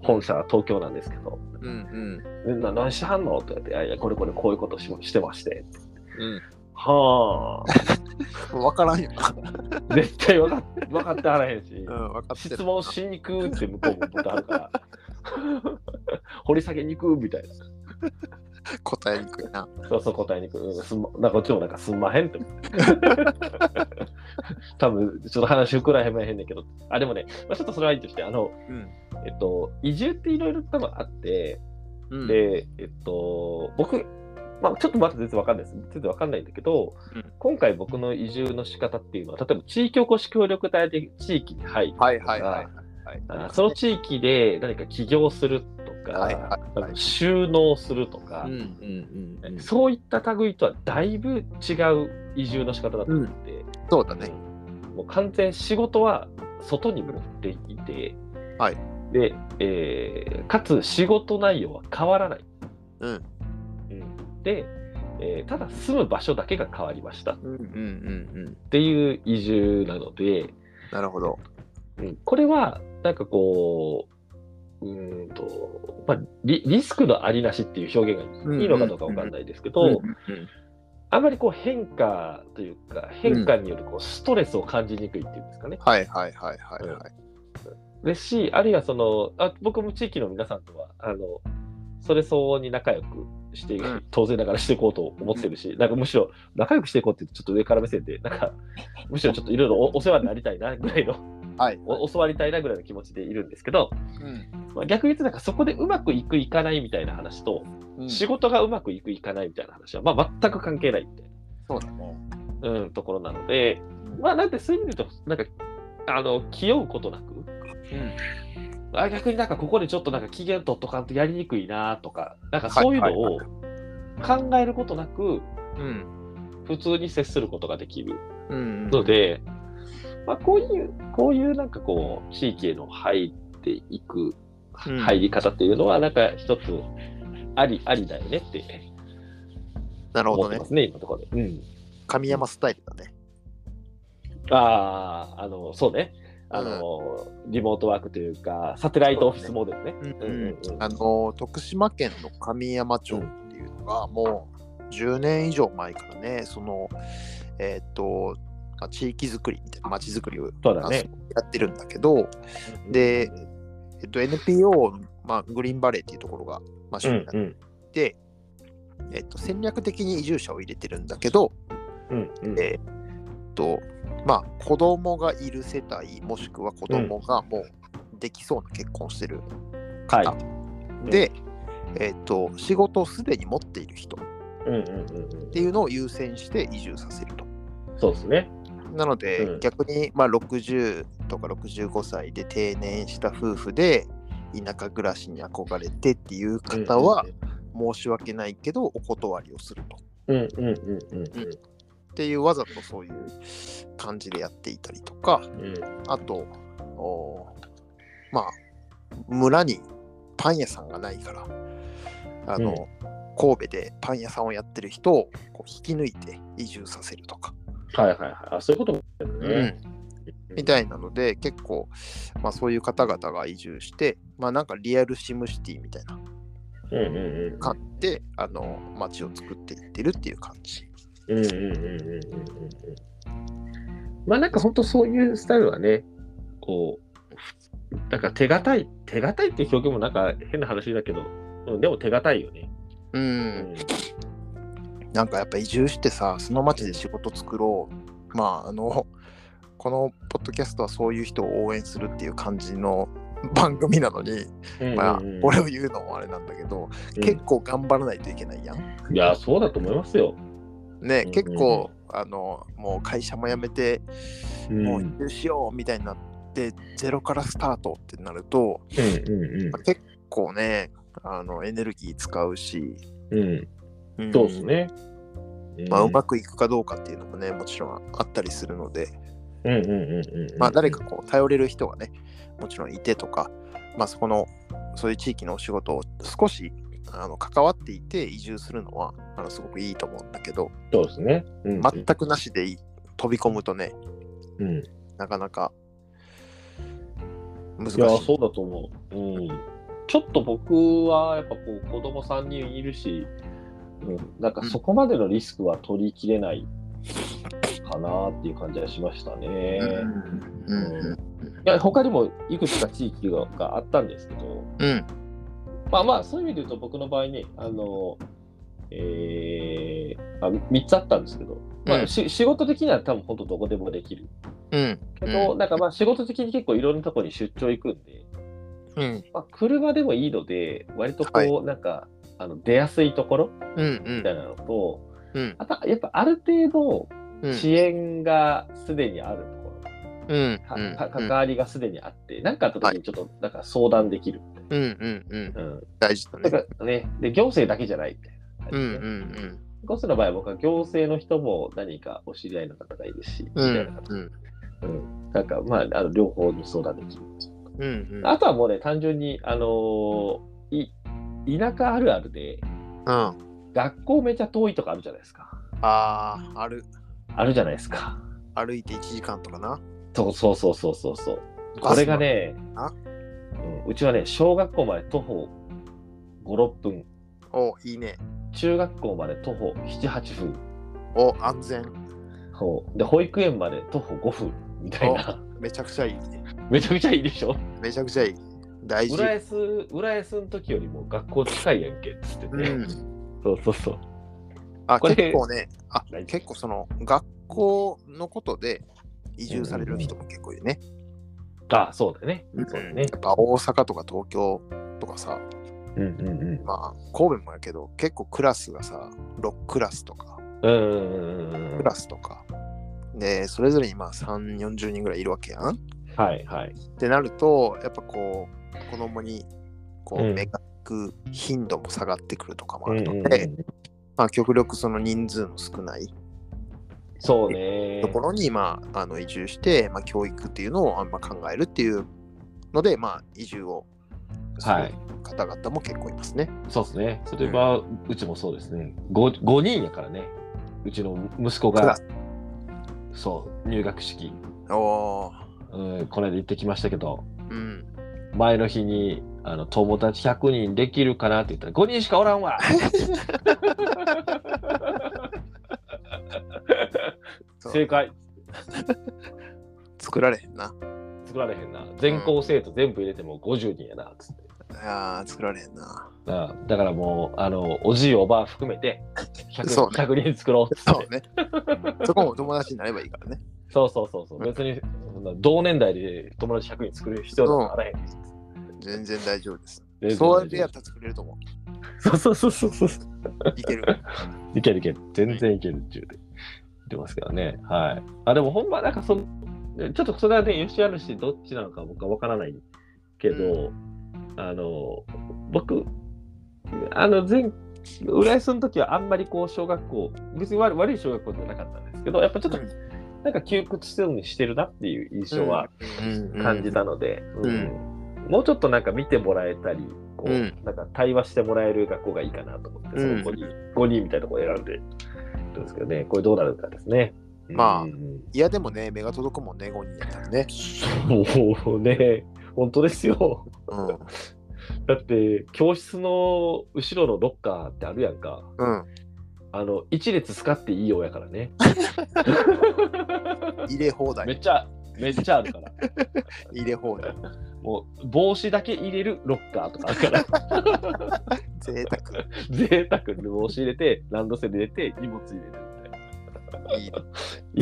本社は東京なんですけど、
うん
みんな何しはんのって言われて、いやいや、これこれこういうことししてまして。
うん。
は
うん。わからんよな。
あ、 <laughs> 絶対分かっ分かってはらへんし、
うん、わかってる。
質問しにくって向こうも思ってはるから、 <laughs> 掘り下げにくみたいな。
答えにくいな。
そうそう答えにくる。うんすんま、なんかこっちもなんかすんまへんって。 <laughs> 多分ちょっと話膨らへんまへんねんけど。あ、でもね、まあ、ちょっとそれはいいとして、あの、
うん。
えっと、移住っていろいろ多分あって、
うん、
で、えっと、僕、まあ、ちょっとまだ全然わかんないです。全然わかんないんだけど、
うん
今回僕の移住の仕方っていうのは、例えば地域おこし協力隊で地域に入る、
はいはいはい
あ
はい。
その地域で何か起業するとか、
はいはいはい
収納するとか、
うんうんうんうん。そ
そういった類とはだいぶ違う移住の仕方だと思って、
そうだね。
もう完全仕事は外に持っていて、
はい
でえーかつ仕事内容は変わらない。
うん
うんで、えーただ住む場所だけが変わりましたっ
うんうんうんうん。
ていう移住なので、
なるほど。
うんこれはなんかこう、うーんとまあ、リリスクのありなしっていう表現がいいのかどうかわかんないですけど、あまりこう変化というか変化によるこうストレスを感じにくいっていうんですかね。
はいはいはいはいはい。
ですしあるいはそのあ僕も地域の皆さんとはあのそれ相応に仲良く、して
ん、
当然ながらしていこうと思ってるし、なんかむしろ仲良くしていこうって、ちょっと上から目線で、なん
<laughs>
か、むしろちょっといろいろおお世話になりたいなぐらいの、
はい。
お教わりたいなぐらいの気持ちでいるんですけど、
うん
まあ、逆に言うと、なんかそこでうまくいく、いかないみたいな話と、
うん
仕事がうまくいく、いかないみたいな話は、まあ、全く関係ないみたいな。
そうだね。
うん、ところなので、まあ、なんてそういう意味で言うと、なんか、あの、気負うことなく、あ逆になんかここでちょっとなんか機嫌取っとかんとやりにくいなとか、なんかそういうのを考えることなく、
うん。
普通に接することができる
うん。
ので、まあ、こういう、こういうなんかこう、地域への入っていく、
うん
入り方っていうのは、なんか一つ、あり、ありだよねって
なるほ
思
ど
って
ね
ま。すね、今のところで。うん。
神山スタイルだね。
ああ、あの、そうね。あの、リモートワークというか、サテライトオフィスモデルね。
う
うんんうんうん
あの徳島県の神山町っていうのがもう10年以上前からねそのえっ、とまあ地域づくりみたいな町づくりを
そうだね。
やってるんだけど、でえっと NPO の、まあ、グリーンバレーっていうところが、まあ、
う
主
ん
になっ
うん
て、えっと戦略的に移住者を入れてるんだけど、
うんうん。
えっとまあ、子供がいる世帯もしくは子供がもうできそうな結婚してる
はい。
で、えっと仕事をすでに持っている人っ
うんうんうんうん
ていうのを優先して移住させると。
そうですね。
なので、
うん
逆に、まあ、60とか65歳で定年した夫婦で田舎暮らしに憧れてっていう方は申し訳ないけどお断りをすると。
うんうんうんうん
っていうわざとそういう感じでやっていたりとか
うんうん
あとおーまあ村にパン屋さんがないからあの、
うん
神戸でパン屋さんをやってる人をこう引き抜いて移住させるとか、
はいはいはい。あ、そういうこともある
う
ね。
んみたいなので結構、まあ、そういう方々が移住して、まあ、なんかリアルシムシティみたいな
うんうんうん
感じであの街を作っていってるっていう感じ。
うんうんうんうんうんうんうん。まあなんか本当そういうスタイルはね、こう、なんか手堅い、手堅いっていう表現もなんか変な話だけど、うんでも手堅いよね。
う、
うん
なんかやっぱ移住してさその町で仕事作ろうまああのこのポッドキャストはそういう人を応援するっていう感じの <laughs> 番組なのに、
うん
まあ
うんうん、
俺を言うのもあれなんだけど、
うん
結構頑張らないといけないやん。
いや、そうだと思いますよ。
ね、
うん
結構あのもう会社も辞めて、もう移住しようみたいになってゼロからスタートってなると、
うん
まあ結構ねあのエネルギー使うし、
うんうん。
うん
そうですね。
まあ、うまくいくかどうかっていうのもねもちろんあったりするので、
うんうんうんうんうん。
まあ、誰かこう頼れる人がねもちろんいてとか、まあ、そこのそういう地域のお仕事を少しあの関わっていて移住するのはあのすごくいいと思うんだけど
そうですね。うん
全くなしでいい飛び込むとね
うん。い
なかなか難しい。
や、そうだと思う。うん。ちょっと僕はやっぱこう子供3人いるし、うん、なんかそこまでのリスクは取りきれないかなっていう感じはしましたね。
うん
うんいや他にもいくつか地域ががあったんですけど、
うん
まあまあ、そういう意味で言うと、僕の場合ね、あの、えーあ3つあったんですけど、ま
うん
あ、し仕事的には多分本当どこでもできる。
うん
けど、
う
なんかまあ仕事的に結構いろんなところに出張行くんで、
うん
まあ、車でもいいので、割とこう、
はい
なんか、あの出やすいところ
うん
みたいなのと、
うん
あとやっぱある程
う
度
ん
支援がすでにあるところ、
うん
か
うん
か関わりがすでにあって、なんかあった時にちょっとなんか相談できるみたい
うんうんうん
な。うん
大事だ
だ
ね。
からね、で行政だけじゃないみたいな
うん
感じ
うん
で、
うん
行政の場合は僕は行政の人も何かお知り合いの方がいるし、み
う
たいなん方、
うん
うん、なんかまああの両方に相談できる。
うん
あとはもうね、単純に、あのーい田舎あるあるで、
うん
学校めちゃ遠いとかあるじゃないですか。
ああ、ある、
あるじゃないですか。
歩いて1時間とかな。
そうそうそうそうそうそう。これがね、
あ
うん、うちはね、小学校まで徒歩5、6分、
お、いいね。
中学校まで徒歩7、8分。
お、安全。
そうで保育園まで徒歩5分みたいな
めちゃくちゃいい。
めちゃくちゃいいでしょ
めちゃくちゃいい。大事。
浦安浦安の時よりも学校近いやんけっつって
う
ね、
ん。
そうそうそう。
あ
これ
結構ねあ
はい
結構その学校のことで移住される人も結構いるね、
あそうだよね。そうだよね。
やっぱ大阪とか東京とかさ
うんうんうん。
まあ神戸もやけど結構クラスがさ6クラスとか
うんうんうんうん
クラスとかでそれぞれにまあ3 4 0人ぐらいいるわけやん
はいはい。
ってなるとやっぱこう子供にこう
うん
目がく頻度も下がってくるとかも
う
あ
ん
る
うんう
の
ん
で、まあ、極力その人数の少ない
そうね
と。ころに、まあ、あの移住して、まあ、教育っていうのをあんま考えるっていうので、まあ、移住をす
はい
る方々も結構いますね。
そうですね。それは、うちもそうですね。5, 五人やからね。うちの息子
ク
が
ラス、
そう、入学式、
おー
うん、この間行ってきましたけど、
うん、
前の日にあの友達100人できるかなって言ったら5人しかおらんわ
そう
正解
作られへんな。
作られへんな全校生徒全部入れても50人やなつって
あー作られへんな。
なあだからもうあのおじいおばあ含めて 100,
そうね
100人作ろうっつって
そうね。そこも友達になればいいからね。
そうそうそうそう
うん
別にそんな同年代で友達100人作る必要なんかあらへん
全然大丈夫です。
全然
そうやっ
大
て
丈
やっ
夫
たら作れると思
そうそうそうそうそう
う。いける。
いけるいける、全然いけるっていうで言ってますけどね。はい。あ、でもほんまなんかその、ちょっとそれはね、よしあるし、どっちなのか僕はわからないけど、あの、僕、あの、前、浦安の時はあんまりこう、小学校、別に悪悪い小学校じゃなかったんですけど、やっぱちょっと
うん
なんか窮屈そうにしてるなっていう印象は感じ
だ。
たので、
ん
うんもうちょっとなんか見てもらえたり、こう
うん
なんか対話してもらえる学校がいいかなと思って、その子に5人みたいなところ選んでるんですけどね、これどうなるかですね。
まあ
うん
いやでもね、目が届くもんね、5人やったらね。
そうね、本当ですよ。
うん。
だって、教室の後ろのロッカーってあるやんか。
うん。
あの、一列使っていいようやからね。
入れ放
め
題。
っちゃ、めっちゃあるから。
入れ放題。
もう、帽子だけ入れるロッカーとかあるから。
贅沢。
贅沢に帽子入れて、ランドセル入れて、荷物入れるみたい
いい。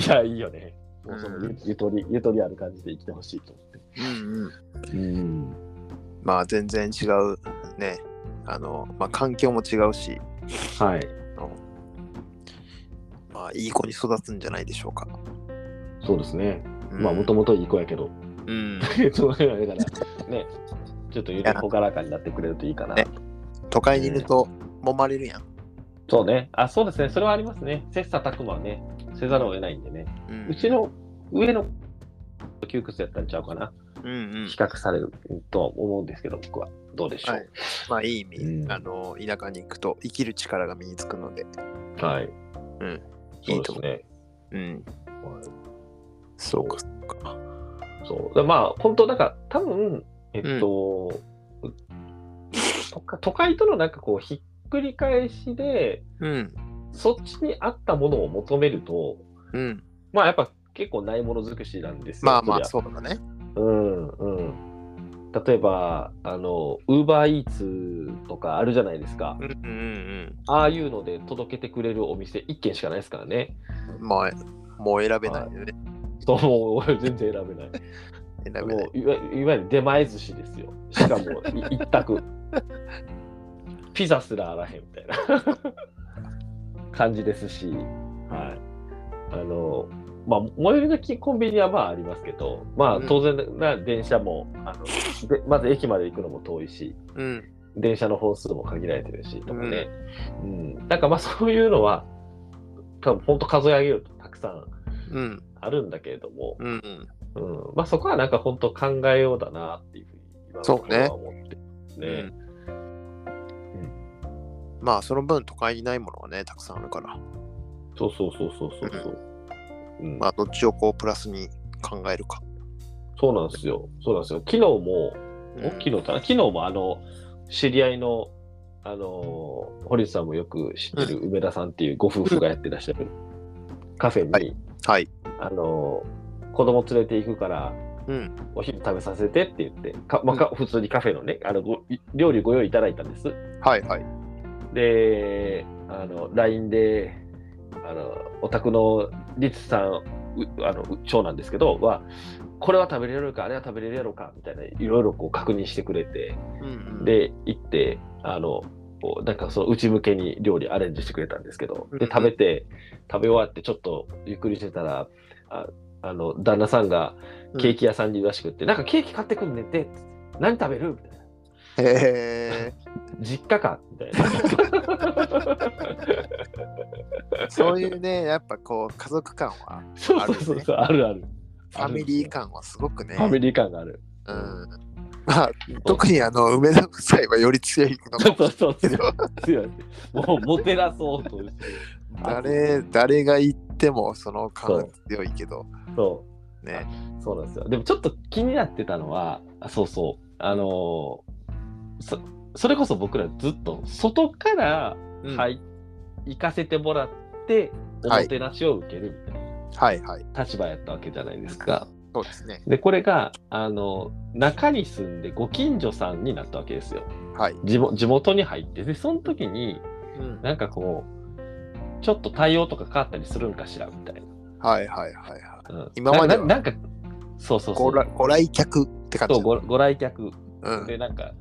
な。いや、いいよね。もうその
う
ゆゆとり、ゆとりある感じで生きてほしいと思
うんうん。
って。うん。
まあ全然違うね。あの、まあ環境も違うし、
はい。
まあいい子に育つんじゃないでしょうか。
そうですね。
うん
まあ、もともといい子やけど。
うん。
そうだから、ね、ちょっとゆとりほがらかになってくれるといいかな。
ね都会にいると揉まれるやん。
そうね。あ、そうですね。それはありますね。切磋琢磨はね、せざるを得ないんでね。
うん
うちの上の窮屈やったんちゃうかな。
うんうん
比。較されるとは思うんですけど、僕は。どうでしょ。
はいうまあいい意味、
うん
あの、田舎に行くと生きる力が身につくので、
はい。
うん。
そうですね。
うん。
はい
そうか、そうか。
そう。でまあ、本当なんか、多分、えっと、とか都会とのなんかこう、ひっくり返しで、
うん。
そっちに合ったものを求めると、
うん。
まあ、やっぱ結構ないものづくしなんですよ。
まあま
そり
あ、
ゃ
そうだね。
うん、うん。例えば、あの、ウーバーイーツとかあるじゃないですか
う。んうん
ああいうので届けてくれるお店1軒しかないですからね。
うん。まあ、もう選べないよね。
そう、もう全然選べない。
選べない。
もういわいわゆる出前寿司ですよ。しかもい一択。ピザすらあらへんみたいな感じですし、はい。あの、まあ、最寄りのきコンビニはまあありますけど、まあ
うん
当然な、電車もあので、まず駅まで行くのも遠いし、
うん。
電車の本数も限られてるし、とかね。うん。なんかまあそういうのは、多分本当数え上げるとたくさん
うん。
あるんだけれども、
うんうん。
うん、まあそこはなんか本当考えようだなっていうふうに今のところは思ってね。
まあ、その分、都会にないものはね、たくさんあるから。
そうそうそうそうそうそう。うん
まあ、どっちをこうプラスに考えるか。
そうなんですよ。そうなんですよ。昨日も、
うん
お昨日かな昨日もあの、知り合いの、あのー、堀内さんもよく知ってる梅田さんっていうご夫婦がやってらっしゃるカフェに、
はいはい。
あのー、子供連れて行くから、
うん。
お昼食べさせてって言って、かまあか普通にカフェのね、あのご料理ご用意いただいたんです。
はいはい。
で、あの LINE であのお宅のリツさんうあのう長男ですけどはこれは食べれるかあれは食べれるやろかみたいないろいろこう確認してくれて
うん、
で行ってあのこうなんかその内向けに料理アレンジしてくれたんですけど
うんう
で
ん
食べて食べ終わってちょっとゆっくりしてたらああの旦那さんがケーキ屋さんにいるらしくって、なんかケーキ買ってくんねんって何食べるみたいな
へ
実家かみたいな
え <laughs> そういうねやっぱこう家族感は
そうそうそうそうあるある
ファミリー感はすごくね
ファミリー感がある
うんまあ特にあの梅田夫妻はより強いの
そう
か
<laughs> そ
も
うそう
けど
強いもうモテなそうとして
誰誰が言ってもその感は強いけど
そう
ね
そうなんですよ。でもちょっと気になってたのは、あそうそう、あのーそそれこそ僕らずっと外から、
うん
はい、行かせてもらって、お
はい
もてなしを受けるみたい
はいはい
な立場やったわけじゃないですか。
そうですね
で、これが、あの中に住んでご近所さんになったわけですよ。
はい、
地元地元に入って、で、その時に、
うん
なんかこう、ちょっと対応とか変わったりするんかしらみたい
はいはいはいはい
な。うん、
今までは
なななんか、そうそうそ
ご
う。
来ご来客って感じ
そうごご来客
うん
でなんか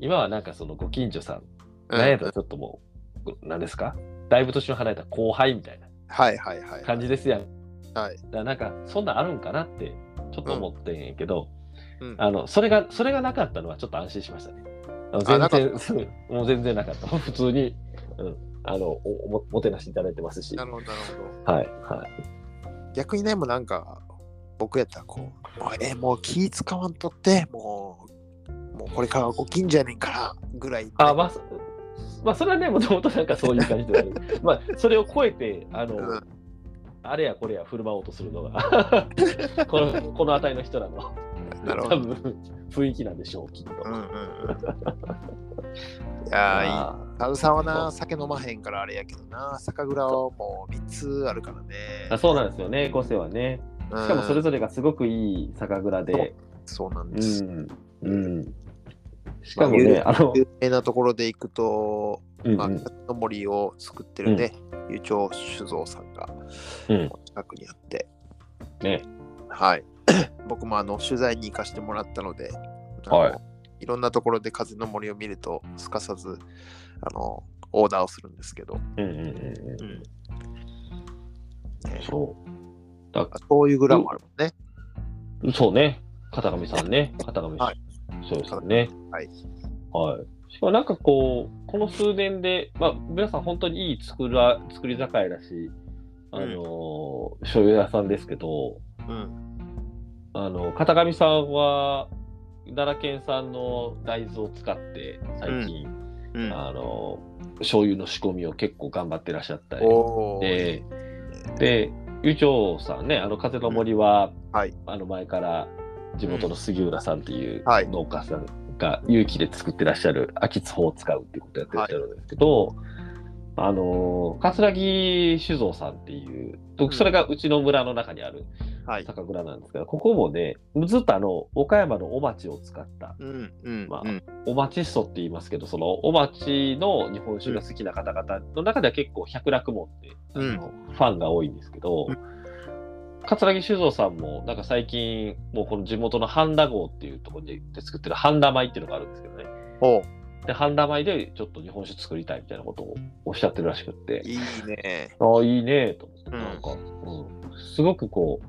今はなんかそのご近所さん、
うん
なんやったらちょっともう何ですかだいぶ年の離れた後輩みたいな
はいはいはい
感じですやん、
はい
だからなんかそんなんあるんかなってちょっと思ってんやけど、
うん
あのそれがそれがなかったのはちょっと安心しましたねあの
あなか
全然もう全然なかった普通に、うん、あのおおももてなしいただいてますし
な
は
るほどなるほど
いはい
逆にねもうなんか僕やったらこう「もうえもう気使わんとってもうもうこれからはご近所やねんから」ぐらい
あまあそまあそれはねもともとなんかそういう感じではある <laughs> まあそれを超えてあの、
うん
あれやこれや振る舞おうとするのが <laughs> このこの辺りの人らの
<laughs> なるほ
多
ど
分雰囲気なんでしょうきっと。
うんうんうん <laughs> い
あ
やーいい
ー
タルさんはな酒飲まへんからあれやけどな酒蔵はもう3つあるからね
あそうなんですよね、個性はね。しかもそれ
ぞ
ぞれがすごくいい酒蔵で。
れそうなん
う
です、
ん。うん。しかもね、
ま
あの、
有名なところで行くと、
うん
まあ、
う
の
ん
森を作ってるね、湯長酒造さんが
うん
近くにあって、
ね。 <coughs>
はい。僕もあの取材に行かせてもらったので、
はい
あの。いろんなところで風の森を見ると、すかさず、あの、オーダーをするんですけど、
うんうんうんうん。
ね
そう。
そういう蔵もあるもんね。
そうね、片上さんね、片上さん。
はい
そうですよね。
はい。
はい。しかもなんかこう、この数年で、まあ、皆さん本当にいい作ら作り酒屋だし、あのー醤油屋さんですけど、
うん。
あの、片上さんは、奈良県産の大豆を使って、最近、
うん、
あのー醤油の仕込みを結構頑張ってらっしゃったり。
おー
で、で、湯長さんね、あの風の森は、
はい
あの前から地元の杉浦さんっていう
はい
農家さんが有機で作ってらっしゃる秋津法を使うっていうことをやってらっしゃるんですけど、あのー桂木酒造さんっていう、
ん
それがうちの村の中にある
はい。
酒蔵なんですけど、ここもね、ずっとあの岡山のお町を使った
うんうん、
まあ
うん
お待ちそって言いますけど、そのお待ちの日本酒が好きな方々の中では結構百楽門って、
うん
あのファンが多いんですけど、
う
桂木酒造さんもなんか最近もうこの地元の半田郷っていうところで作ってる半田米っていうのがあるんですけどね。
おう
で、半田米でちょっと日本酒作りたいみたいなことをおっしゃってるらしくって、
いいね。
ああ、いいねと思って、
うん
なんか、うん、すごくこ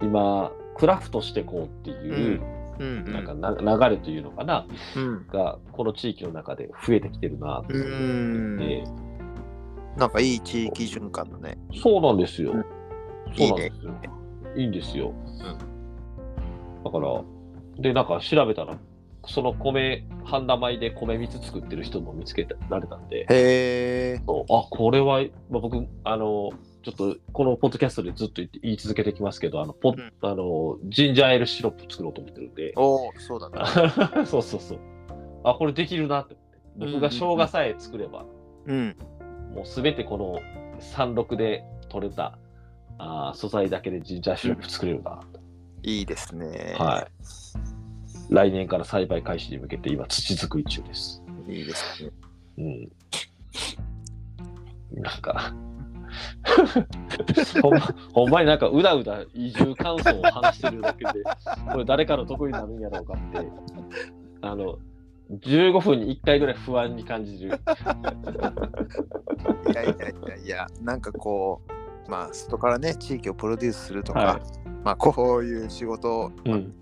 う、今、クラフトしてこうっていう、
うんうん、
なんかな流れというのかな、
うん、
がこの地域の中で増えてきてるなと
う
思
ん
って、
なんかいい地域循環だね。
そうなんですよ
うん。
そうなんですよ。いいんですよ。だから、で、なんか調べたら、その米、半田米で米蜜作ってる人も見つけられたんで、
へえ。
そうあ、これは、まあ、僕、あの、ちょっとこのポッドキャストでずっと言って言い続けてきますけど、あの、ポ
うん
あのジンジャーエールシロップ作ろうと思ってるんで、 <laughs>
おお、そうだね。
そうそうそう。あ、これできるなって思って。僕が生姜さえ作れば、
うん。
もうすべてこの山麓で取れたあー素材だけでジンジャーシロップ作れるな、
いいですね。
はい来年から栽培開始に向けて今土作り中です
い。いいですね。
うんなんか <laughs> ほんまほんまになんかうだうだ移住感想を話してるだけでこれ誰かの得意なるんやろうかってあの15分に1回ぐらい不安に感じる
いやいやいやいや、なんかこう、まあ、外からね、地域をプロデュースするとか、
は
まあ、こういう仕事を
い、うん、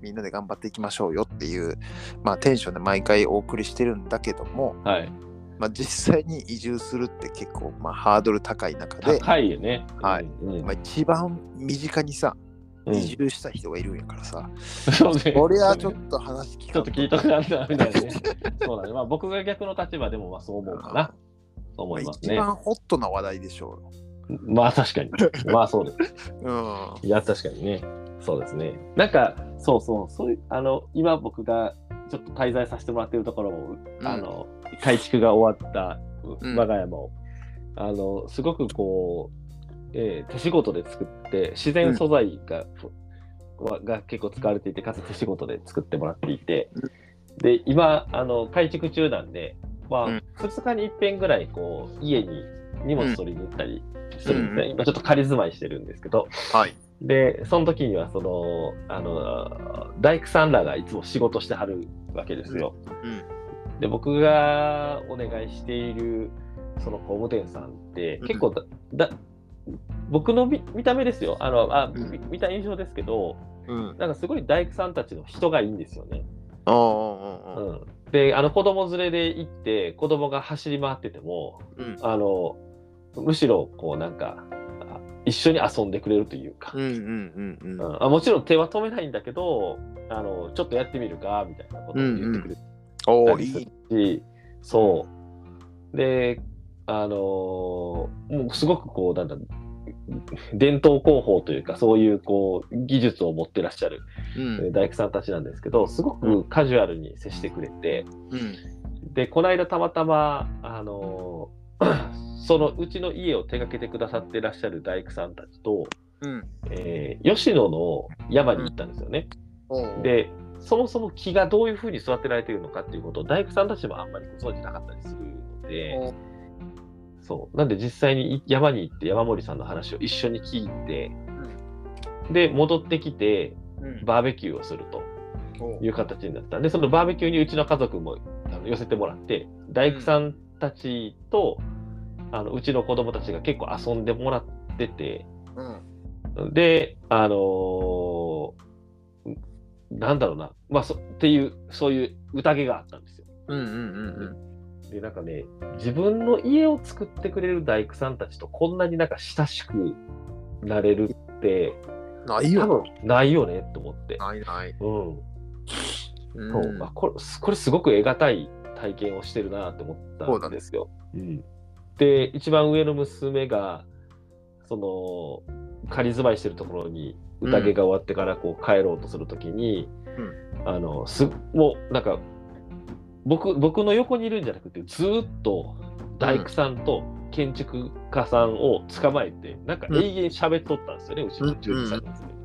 みんなで頑張っていきましょうよっていう、まあ、テンションで毎回お送りしてるんだけども、
はい
まあ、実際に移住するって結構、まあ、ハードル高い中で、
高いよね
はい
うん
まあ、一番身近にさ、
うん
移住した人がいるんやからさ、
そうね
これはちょっと話聞
ちょっ
か
と
ん
聞いとかなんだみたいなね。そうだね。まあ僕が逆の立場でもまあそう思うかな。そう
ま
思
あ
います
一
ね。
番ホットな話題でしょ
まあ確かに。まあそうです。
うよ。
いや、確かにね。そうですね。なんか、そうそう、そういう、あの、今僕がちょっと滞在させてもらってるところも、
うん
あの、改築が終わったう
うん
我が家も、あの、すごくこう、えー手仕事で作って、自然素材が、はが結構使われていて、かつ手仕事で作ってもらっていて、で、今、あの、改築中なんで、まあ、
うん
2日に一遍ぐらい、こう、家に荷物取りに行ったりしてるんですね。
うん
今ちょっと仮住まいしてるんですけど、
うん。はい。
でその時にはそのあの大工さんらがいつも仕事してはるわけですよ。
うん。
で僕がお願いしているその工務店さんって
うん
結構だ,、だ僕の見見た目ですよあのあ、
うん
み見た印象ですけど
うん。
なんかすごい大工さんたちの人がいいんですよね。
おーおーおーおー
うん、であの子供連れで行って子供が走り回ってても
うん。
あのむしろこうなんかあ一緒に遊んでくれるというか。
うんうんうんうん。
うんあもちろん手は止めないんだけどあのちょっとやってみるかみたいなことを言ってくれた
おー
りす
い
るし
い。、
そうであのーもうすごくこうなんだ伝統工法というかそういうこう技術を持ってらっしゃる
うん。
大工さんたちなんですけどすごくカジュアルに接してくれて
うん。
でこの間たまたまあのー <clears throat> そのうちの家を手掛けてくださってらっしゃる大工さんたちと、
うん。
えー吉野の山に行ったんですよね。
おー、
でそもそも木がどういうふうに育てられているのかっていうことを大工さんたちもあんまりご存知なかったりするので
お
そうなんで実際に山に行って山森さんの話を一緒に聞いてで戻ってきて
うん
バーベキューをすると
お
いう形になったでそのバーベキューにうちの家族もあの寄せてもらって大工さんたちとあのうちの子供たちが結構遊んでもらってて。
うん。
で、あのーなんだろうな、まあそ、っていう、そういう宴があったんですよ。
うんうんうん
で、なんかね、自分の家を作ってくれる大工さんたちとこんなになんか親しくなれるって、
うん。ない
多
よ。
分ないよねと思って。
ないない。
うん。
うん
そうあこれすこれすごく得難い体験をしてるなって思ったんですよ。うんで一番上の娘がその仮住まいしてるところに宴が終わってからこう帰ろうとするときに、あのすもうなんか僕僕の横にいるんじゃなくてずーっと大工さんと建築家さんを捕まえて、なんか永遠喋っとったんですよね、うちの住人さんですね。
うん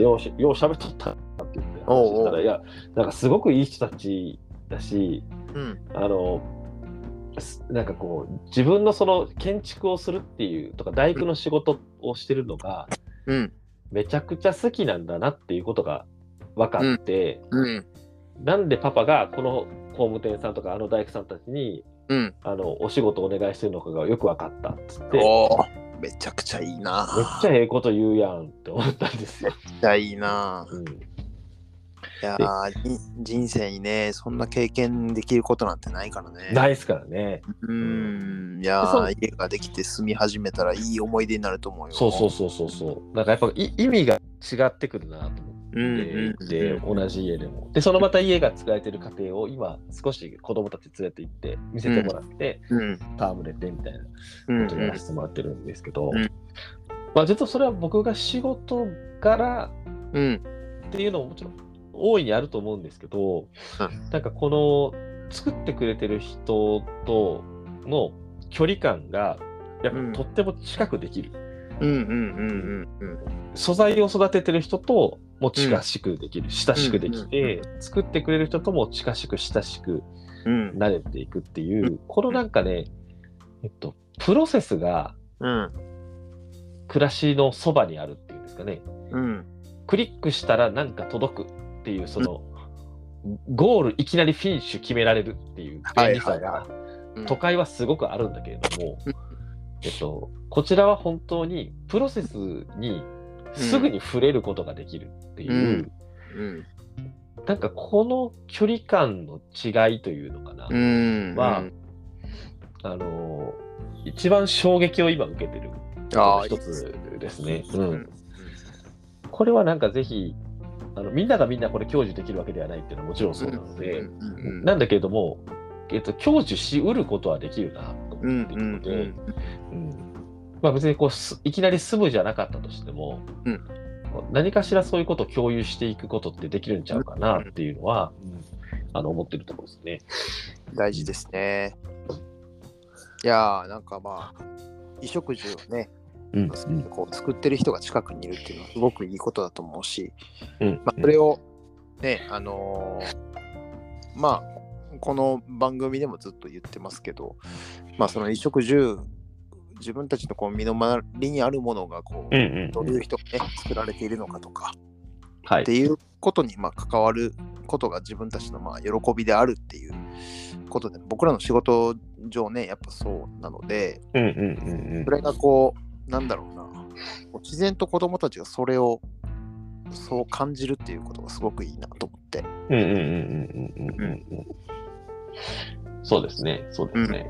ようしようしゃべっとったなって言って話したら
おうおう
いやなんかすごくいい人たちだし
うん
あのすなんかこう自分のその建築をするっていうとか大工の仕事をしてるのが
うん
めちゃくちゃ好きなんだなっていうことが分かって、
うん
なんでパパがこの工務店さんとかあの大工さんたちに
うん
あのお仕事お願いしてるのかがよく分かったっつってめっ
おーめちゃくちゃいいな
ちゃええこと言うやんって思ったん
<laughs>
ですよ。
めっちゃいいな
うん
いやー人人生にねそんな経験できることなんてないからね
ないですからね。
うんいや
そう
ー家ができて住み始めたらいい思い出になると思うよ
そうそうそうそうそう。なんかやっぱい意味が違ってくるなと思
うんうん
っ
うん
て、で、同じ家でも。で、そのまた家が使えてる家庭を今、少し子供たち連れて行って、見せてもらって、
うん
戯れてみたいな
うんう
ことをやら
ん
せてもらってるんですけど、
うん
まあ実はそれは僕が仕事柄
うん
っていうのももちろん大いにあると思うんですけど、
うん
なんかこの作ってくれてる人との距離感が、やっぱとっても近くできる。
うんうんうんうん
素材を育ててる人とも近しくできる、親しくできて、作ってくれる人とも近しく親しく
うん
慣れていくっていう、このなんかね、えっと、プロセスが
うん。
暮らしのそばにあるっていうんですかね
うん。
クリックしたらなんか届くっていうその、ゴールいきなりフィニッシュ決められるっていう便利さ
はいはい
が
うん
都会はすごくあるんだけれども、えっと、こちらは本当にプロセスにすぐに触れることができるっていう、
うん。
なんかこの距離感の違いというのかな、
うん。
まあのー一番衝撃を今受けてる
ああ、
一つですね。
う
うんん、これはなんかぜひあのみんながみんなこれ享受できるわけではないっていうのはもちろんそうなので、
うんうん
なんだけれども、えっと、享受しうることはできるなと
う
思っ
ん
ているので、
うんうん
うんまあ、別にこうすいきなり住むじゃなかったとしても、
うん
何かしらそういうことを共有していくことってできるんちゃうかなっていうのは、うんあの思ってるところですね。
大事ですね。いやー、なんかまあ、衣食住をね、
うん
こう作ってる人が近くにいるっていうのはすごくいいことだと思うし、
うん
まあ、それをね、あのーまあ、この番組でもずっと言ってますけど、まあ、その衣食住、自分たちのこう身の回りにあるものがこう、
うんうん
どういう人がね、作られているのかとか、
は
っ
い
ていうことにまあ関わることが自分たちのまあ喜びであるっていうことで僕らの仕事上ねやっぱそうなので
うんうんうんうん
それがこうなんだろうなこう自然と子供たちがそれをそう感じるっていうことがすごくいいなと思って
うんうんうんうんうんうんうんそうですね、そうですね。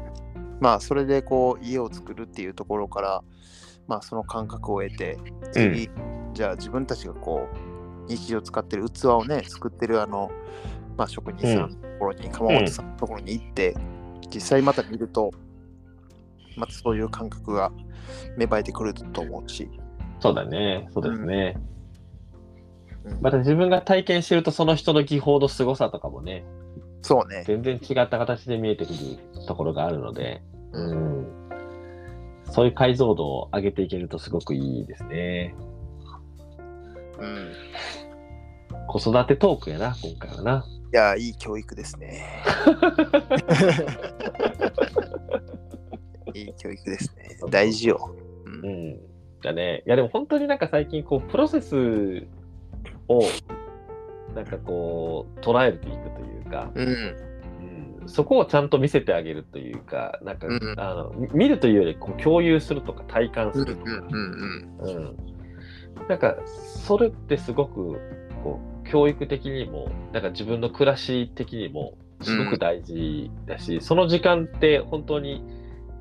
まあそれでこう家を作るっていうところからまあその感覚を得て
うん
次、じゃあ自分たちがこう日常使ってる器をね作ってるあの、まあ、職人さんのところに、鎌本さんのところに行って、実際また見るとまたそういう感覚が芽生えてくると思うし、
そうだね、そうですね。
うん
また自分が体験してると、その人の技法の凄さとかもね、
そうね
全然違った形で見えてくるところがあるので、うん、そういう解像度を上げていけるとすごくいいですね。
うん
子育てトークやな、今回はな。
いやいい教育ですね
<laughs>
<laughs> いい教育ですね大事よ、う
うんん。だね。いや、でも本当になんか最近、こう、プロセスを、なんかこう、捉えていくというか、
うん
うんそこをちゃんと見せてあげるというか、なんか、
うんうん
あのみ見るというよりこう共有するとか体感す
うん
る
う
と
ん
か、
うん
うんなんかそれってすごくこう教育的にもなんか自分の暮らし的にもすごく大事だし、その時間って本当に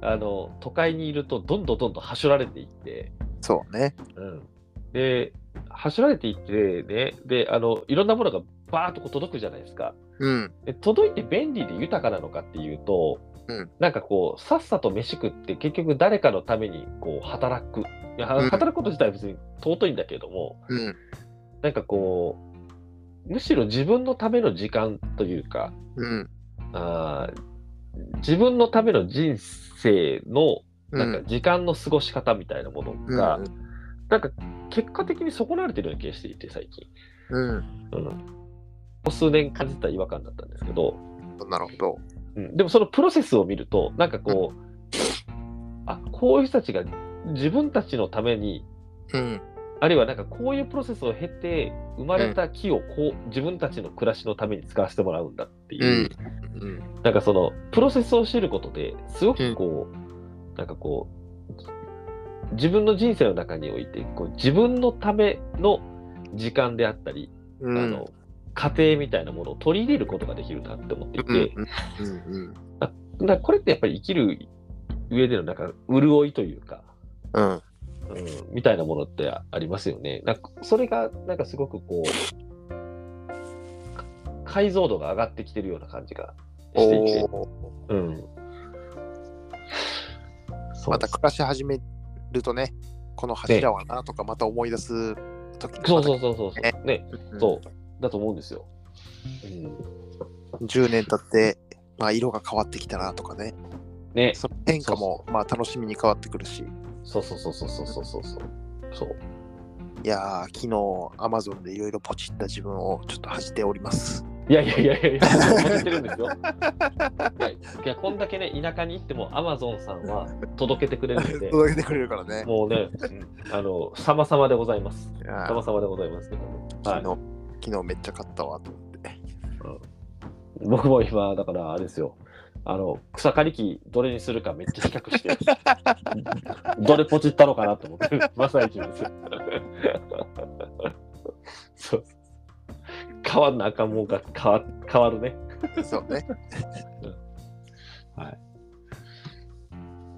あの都会にいるとどんどんどんどん走られていって、
そうね
うん、で走られていってねであのいろんなものがバーッとこう届くじゃないですか。
うん
で届いて便利で豊かなのかっていうと、
うん
なんかこうさっさと飯食って結局誰かのためにこう働くいやは
うん
働くこと自体は別に尊いんだけれども、
うん
なんかこうむしろ自分のための時間というか
うん
あー自分のための人生の
う
なんか時間の過ごし方みたいなものが、
うん
なんか結果的に損なわれてるような気がしていて最近、
うん、
うん、ここ数年感じた違和感だったんですけど、
なるほど。
うん、でもそのプロセスを見るとなんかこう、
<laughs>
あこういう人たちが自分たちのために
うん、
あるいはなんかこういうプロセスを経て生まれた木をこう自分たちの暮らしのために使わせてもらうんだっていう、
うん、
なんかそのプロセスを知ることですごくこう、なんかこう自分の人生の中においてこう自分のための時間であったり、
うん、
あの家庭みたいなものを取り入れることができるなって思っていて。
うん、うん、
だからこれってやっぱり生きる上でのなんか潤いというか、
うん、
うん、みたいなものってありますよね。なんかそれがなんかすごくこうか解像度が上がってきてるような感じがしていて、
おお、
うん、そう
また暮らし始めるとね、この柱はなとかまた思い出す時に
そうそうそうそうそうね
うん
そうだと思うんですよ。うん、
10年経って、まあ色が変わってきたなとかね、
ね
その変化もまあ楽しみに変わってくるし、
そうそうそうそうそうそうそうそう
いやー昨日 Amazon でいろいろポチった自分をちょっと走っております。
いやいやいやいやい <laughs> や、持ってってるんですよ。いや、いやこんだけね、田舎に行っても、アマゾンさんは届けてくれるんで、
届けてくれるからね。
もうね、うんあの、様々でございます。
あ
様
ー
々でございますけども。は
昨
い
日、昨日めっちゃ買ったわと思って。
僕も今、だからあれですよ。あの草刈り機どれにするかめっちゃ比較 <laughs> して、どれポチったのかなと思ってる、まさにですよ。 <laughs> そう変わんなあかんもんが変わ変わるね。
そう
<laughs>
ね。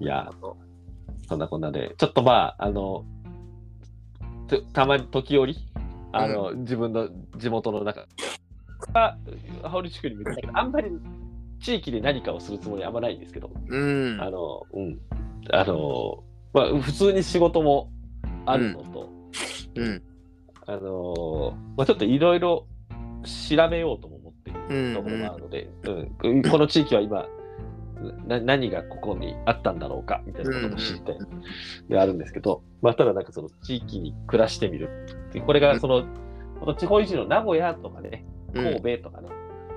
いや
あ、の
そんなこんなで、ちょっとまあ、あの、ちょたまに時折、あの、自分の地元の中、あ、羽織地区に見たけど、あんまり地域で何かをするつもりはあんまないんですけど、
うん。
あの、うん、あの、まあ、普通に仕事もあるのと、
うん。
あの、まあ、ちょっといろいろ調べようとも思ってる
うん
ところがあるので、うんこの地域は今な何がここにあったんだろうかみたいなことも知ってであるんですけど、まあ、ただなんかその地域に暮らしてみるっていうこれがその,、この地方維持の名古屋とかね
うん
神戸とかね、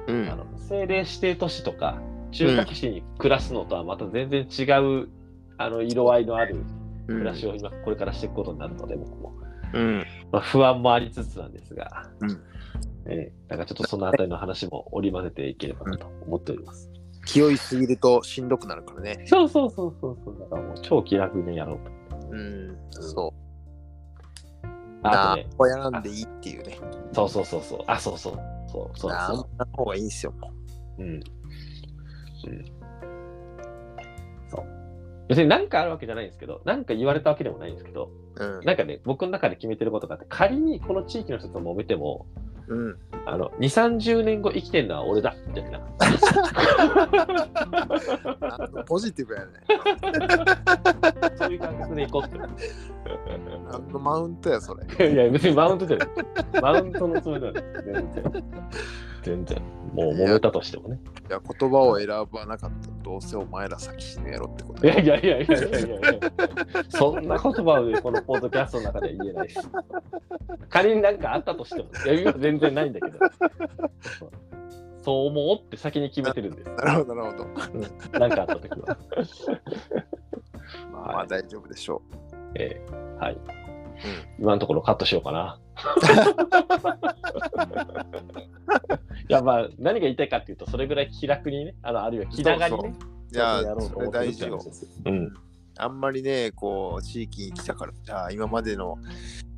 うん
あの政令指定都市とか中核市に暮らすのとはまた全然違う、あの色合いのある暮らしを今これからしていくことになるので僕も、
うん。
まあ、不安もありつつなんですが、
うん
えーなんかちょっとそのあたりの話も織り交ぜていければなと思っております。
気負いすぎるとしんどくなるからね。
そうそうそうそうそう、だからもう超気楽にやろうと。
うん。そう。
あ
あ
とね、
こうやらんでいいっていうね。
そうそうそうそう、あ、そうそう、そうそう
あん
そ
な方がいいんすよ。
う。うん。うん。そう。別に何かあるわけじゃないんですけど、何か言われたわけでもないんですけど、
うん。
なんかね、僕の中で決めてることがあって、仮にこの地域の人と揉めても、
うん。
あの、2、30年後生きてるのは俺だ、みたいな。
あポジティブや
<laughs>
ね。
そういう感覚でいこうって。
あのマウントや、
<laughs>
それ。
いや、別にマウントじゃない。マウントのつもりなんです。全然。全然。もう揉めたとしてもね。
いや、言葉を選ばなかったらどうせお前ら先死ぬやろってこと
いや
や。
いやいやいやいやいやいや。そんな言葉をこのポッドキャストの中では言えないです。仮になんかあったとしても、いや今全然ないんだけど。そうそう思おうって先に決めてるんです。
なるほど、なるほど。
なんかあった時は。
まあ大丈夫でしょ
ええはい。今のところカットしようか
<laughs>
な。いやまあ何が言いたいかっていうとそれぐらい気楽にねあのあるいは気長にね
う。じゃあ
やろ、うと
そ
思
れ
ってるっ
大
て
事よ
話。ですよ。うん
あんまりね、こう、地域に来たから、じゃあ、今までの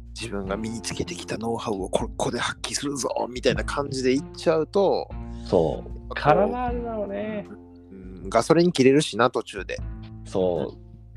自分が身につけてきたノウハウをこここで発揮するぞみたいな感じで行っちゃうと、
そう。
こ
体
う
があるだろうね。
うんガソリン切れるしな、途中で。
そ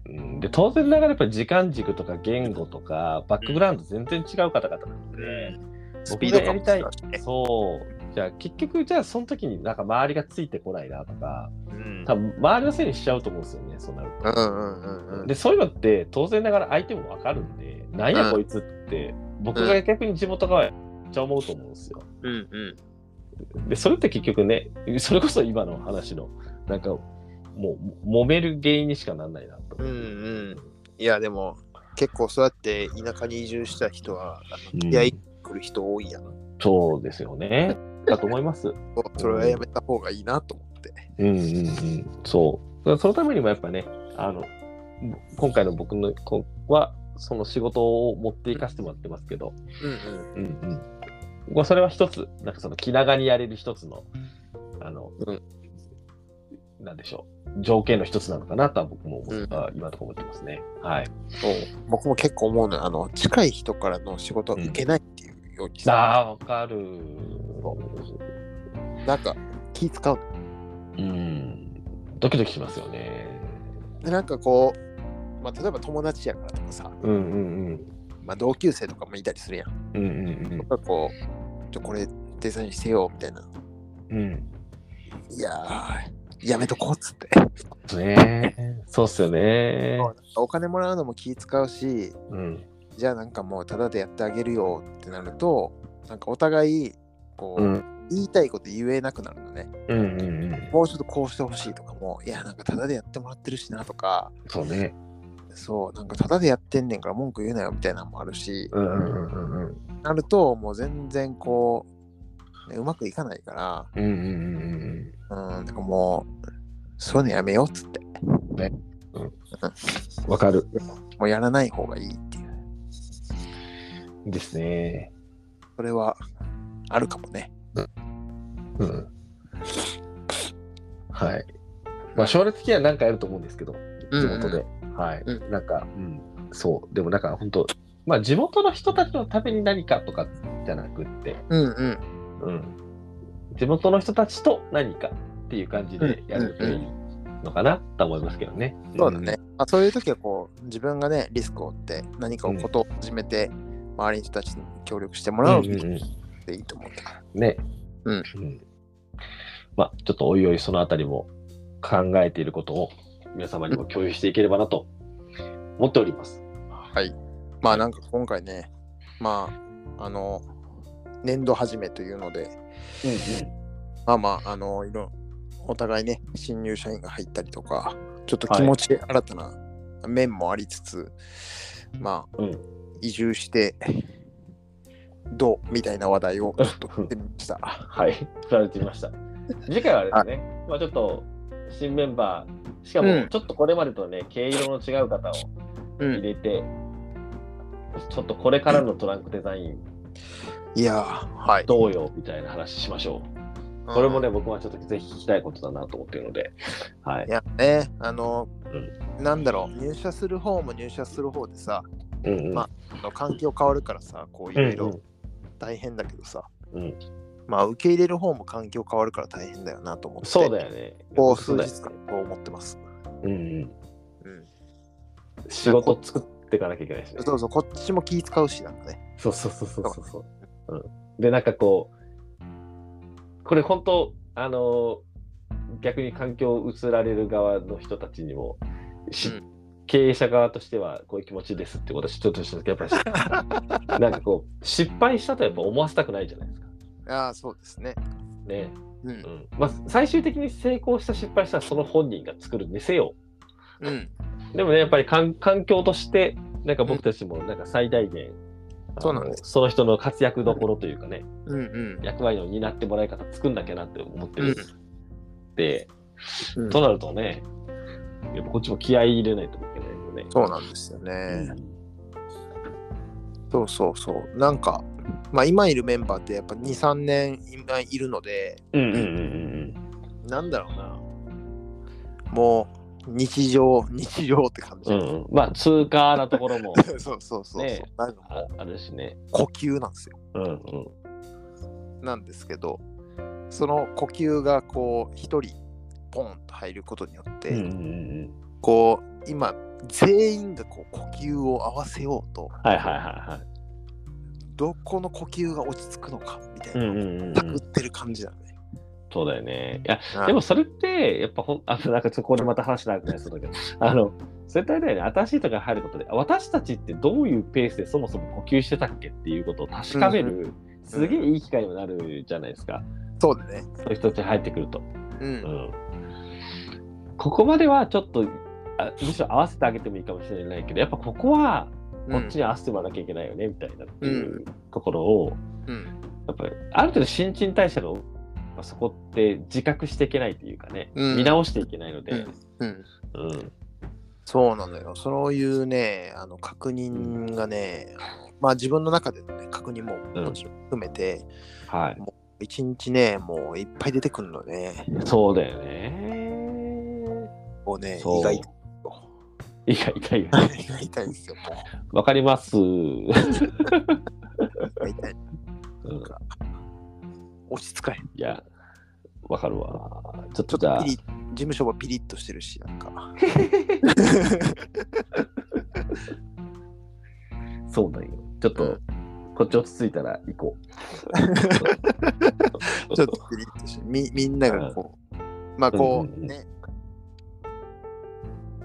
う。うんで当然ながらやっぱり時間軸とか言語とかバックグラウンド全然違う方々なので、
スピード感も
僕がやり
違うしね
そうじゃあ結局じゃあその時になんか周りがついてこないなとか
うん
多分周りのせいにしちゃうと思うんですよねそうなると。
うんうんうんうん。
でそういうのって当然ながら相手もわかるんでなんやこいつって僕が逆に地元側めっちゃ思うと思うんですよ。
うんうん。
でそれって結局ねそれこそ今の話のなんかもうも揉める原因にしかならないなと。
うんうん。いや、でも、結構そうやって田舎に移住した人は、あ
うん
の気合い来る人多いやん。
そうですよね。だと思います。
それはやめた方がいいなと思って。
うんうんうん。そう。だからそのためにもやっぱね、あの、今回の僕のこは、その仕事を持っていかせてもらってますけど、
うんうん。
うんうん。まあ、それは一つ、なんかその気長にやれる一つの、あの、
うん
なんでしょう、条件の一つなのかなとは僕も思う、
うん
あ今のところ思ってますね。はい。
そう僕も結構思うのよあの近い人からの仕事は受けないっていうように
あ
さ、
あ、わかる。
なんか気使う
うん。ドキドキしますよね。
でなんかこう、まあ、例えば友達やからとかさ、
うんうんうん。
まあ、同級生とかもいたりするやん
うんうん
なんかこうちょこれデザインしてよみたいな
うん。うん。
いやーやめとこうっつって
ねそうっすよね。
お金もらうのも気使うし
うん。
じゃあなんかもうタダでやってあげるよってなるとなんかお互いこう、
うん。
言いたいこと言えなくなるのね
うんうんうん。
もうちょっとこうしてほしいとかもいやなんかタダでやってもらってるしなとか
そうね。
そう、なんかタダでやってんねんから文句言うなよみたいなのもあるし、
うんうんうんうん。
なるともう全然こう、ねうまくいかないか
うんうんうん
ら、うん、だからもう、そういうのやめようっつって、
うん。わかる。
もうやらない方がいいっていう、
ですね。
それはあるかもね。
うん。はい。まあ、将来的には何かやると思うんですけど、地元で。はい。
うん
なんか、うん、そう。でもなんか、本当まあ、地元の人たちのために何かとかじゃなくって、
うんうん。
うん。地元の人たちと何かっていう感じでやるといいのかなと思いますけどね。
そうだね。まあ、そういう時はこう、自分がね、リスクを負って何かをことを始めて、周りの人たちに協力しても
うん。
らう
うんうんうん
っていいと思ったから。
ね。
うん
まあ、ちょっとおいおいそのあたりも考えていることを皆様にも共有していければなと思っております。
まあなんか今回ね、まあ、あの、年度始めというので、まあまあ、あの、いろお互いね、新入社員が入ったりとか、ちょっと気持ち新たな面もありつつ、まあ、
うん
移住して、どうみたいな話題をちょっと振ってみました。
はい、振られてみました。次回はですね、まあ、ちょっと新メンバー、しか
う
も
ん
ちょっとこれまでとね、毛色の違う方を
う
入
ん、
れて、ちょっとこれからのトランクデザイン
いやー、はい。
どうよみたいな話しましょう。これも
ね
ね、僕はちょっとぜひ聞きたいことだなと思っているので、はい
い。やね、あの、なんだろう、入社する方も入社する方でさ、
うんうん
まあの環境変わるからさ、こうい
うん
ろ
う
いろ
ん
大変だけどさ、
うん
まあ受け入れる方も環境変わるから大変だよなと思って、
そうだよね。
こう
そ
数
うだ
日
よね
間こう思ってます。
うんうん、
うん、
仕事作っていかなきゃいけないですね。
そうそう、こっちも気使うしなんかね。
そうそうそうそうそうそう、うん。で、なんかこう、これ本当、あのー逆に環境を移られる側の人たちにも、し
うん
経営者側としてはこういう気持ちですってことはちょっとしたやっぱりし <laughs> なんかこう失敗したとやっぱ思わせたくないじゃないですか。
ああ、そうですね。
ね
う。
うんんまあ、最終的に成功した失敗したらその本人が作るにせよ
うん。
でもね、やっぱり環環境として、なんか僕たちもなんか最大限、あの
そうなんです
その人の活躍どころというかね、
うんうん。
役割を担ってもらい方作んなきゃなって思ってるで、
うん
となるとね、やっぱこっちも気合い入れないといけないのでね。
そうなんですよね。
う
そうそうそう。なんか、まあ今いるメンバーってやっぱ2、3年今いるので、
んうんうん
なんだろうな。もう日常、日常って感じ。
うんうんうんうん。まあ、通過なところも
<laughs>
<laughs>
そうそうそうそう。
ね
なんかも
あ
う
あるしね。
呼吸なんですよ。
うんうん。
なんですけど、その呼吸がこう、一人ポンと入ることによって、
うんうんうん
こう、今、全員がこう呼吸を合わせようと、
はいはいは
どこの呼吸が落ち着くのかみたい
いはい。うん
な、
うんうんう
たくっ
ん。
てる感じだね。
そうだよね。いや、
あ
でもそれって、やっぱほ <laughs> ん、あの、なんかちょっとここでまた話長くなりそうだ <laughs> けど、あの、それってあれだよね、新しいとこに入ることで、私たちってどういうペースでそもそも呼吸してたっけっていうことを確かめる、すげえいい機会にもなるじゃないですか。
そうだね。
そういう人たちに入ってくると。
う。
うんん。ここまではちょっと、あむしろ合わせてあげてもいいかもしれないけど、やっぱここは、こっちに合わせてもらわなきゃいけないよね、みたいなっていうところを、
うん。
やっぱりある程度新陳代謝のまあそこって自覚していけないというかね、
うん
見直していけないので、う
うん。
ん
そうなのよ。そういうね、あの確認がね、あのまあ自分の中での、ね、確認も
うん
もちろん含めて、
はい
一日ね、もういっぱい出てくるのね。
そうだよね
もうね、
そう
意外と。
意外と意外
意外痛いですよ、も
<laughs> わかり
<laughs>
ます、うん
う。意外痛い。落ち着かへん。
いやわかるわちょっ
ち
と
ょっ
じゃ
と
あ
ピリ事務所もピリッとしてるし、なんか。
<laughs> そうだよちょっとこっち落ち着いたら行こう
<laughs> ちょっとピリッとしてみ、みんながこう、まあこ
うんうんう
うんね、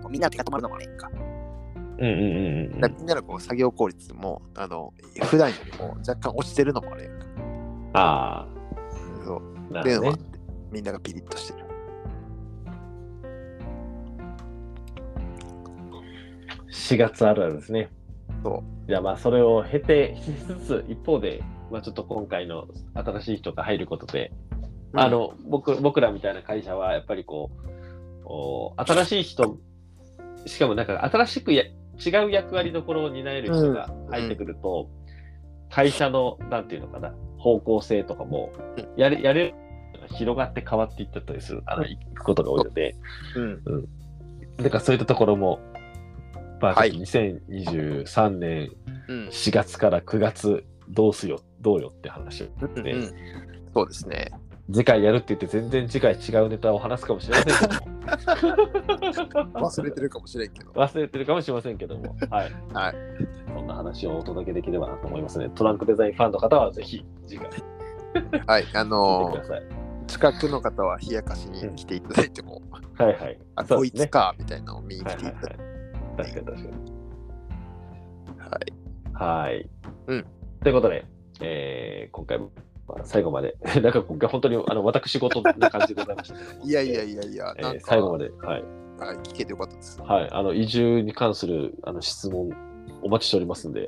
こうみんな手が止まるのもね、か。
うんうんうんうん
だからみんなのこう作業効率も、あの、普段よりも若干落ちてるのもあれやんか。
あ
そう。
あな
ってい
る
う
ほ
の
ど
もあっ
ね
て、みんながピリッとしてる。
4月あるあるですね
そう
じゃあまあそれを経てしつつ一方でまあ、ちょっと今回の新しい人が入ることで、あの僕僕らみたいな会社はやっぱりこうお新しい人しかもなんか新しくや違う役割どころを担える人が入ってくると、会社のなんていうのかな方向性とかもやれやれる広がって変わっていっちゃったりするあの行くことが多いので、
うん、
なんかそういったところも、まあ、
はい
2023年
うん、
4月から9月どうすよどうよって話を
うん
ね
うんそうですね。
次回やるって言って全然次回違うネタを話すかもしれませ
<laughs>
んけども
忘れてるかもしれんけど。
忘れてるかもしれませんけども、はい、
はい。
そんな話をお届けできればなと思いますね。トランクデザインファンの方はぜひ次回
はい。あ
聞い
の
てください。
ー近くの方は冷やかしに来ていただいても、
はいはい。
あ、
そ
こ
う
い
です
つ
ね。
か、みたいなのを見に
は
来
い
てい
はい
た
い
だ
は
いて。
い。確かに確かに。
は
は
い。
い。
うん
ということで、えー今回もまあ最後まで、 <laughs> なんか今回本当にあの私事な感じでございましたけども。
いやいやいやいや、
えー
なんか、
最後まで、はい、
はい、聞けてよかったです。は
はい、あの移住に関するあの質問お待ちしておりますん
<laughs>
で、
い。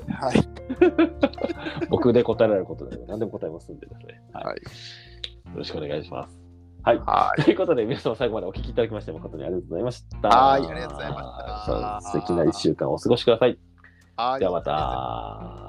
僕で答えられることで何でも答えますんでですね、はい
はい
よろしくお願いします。はい、
は
ということで、皆様最後までお聞きいただきまして誠にありがとうございました。
はいありがとうございました
さあ素敵な一週間お過ごしください。
い。はい
ではま
ありがとうございます
た。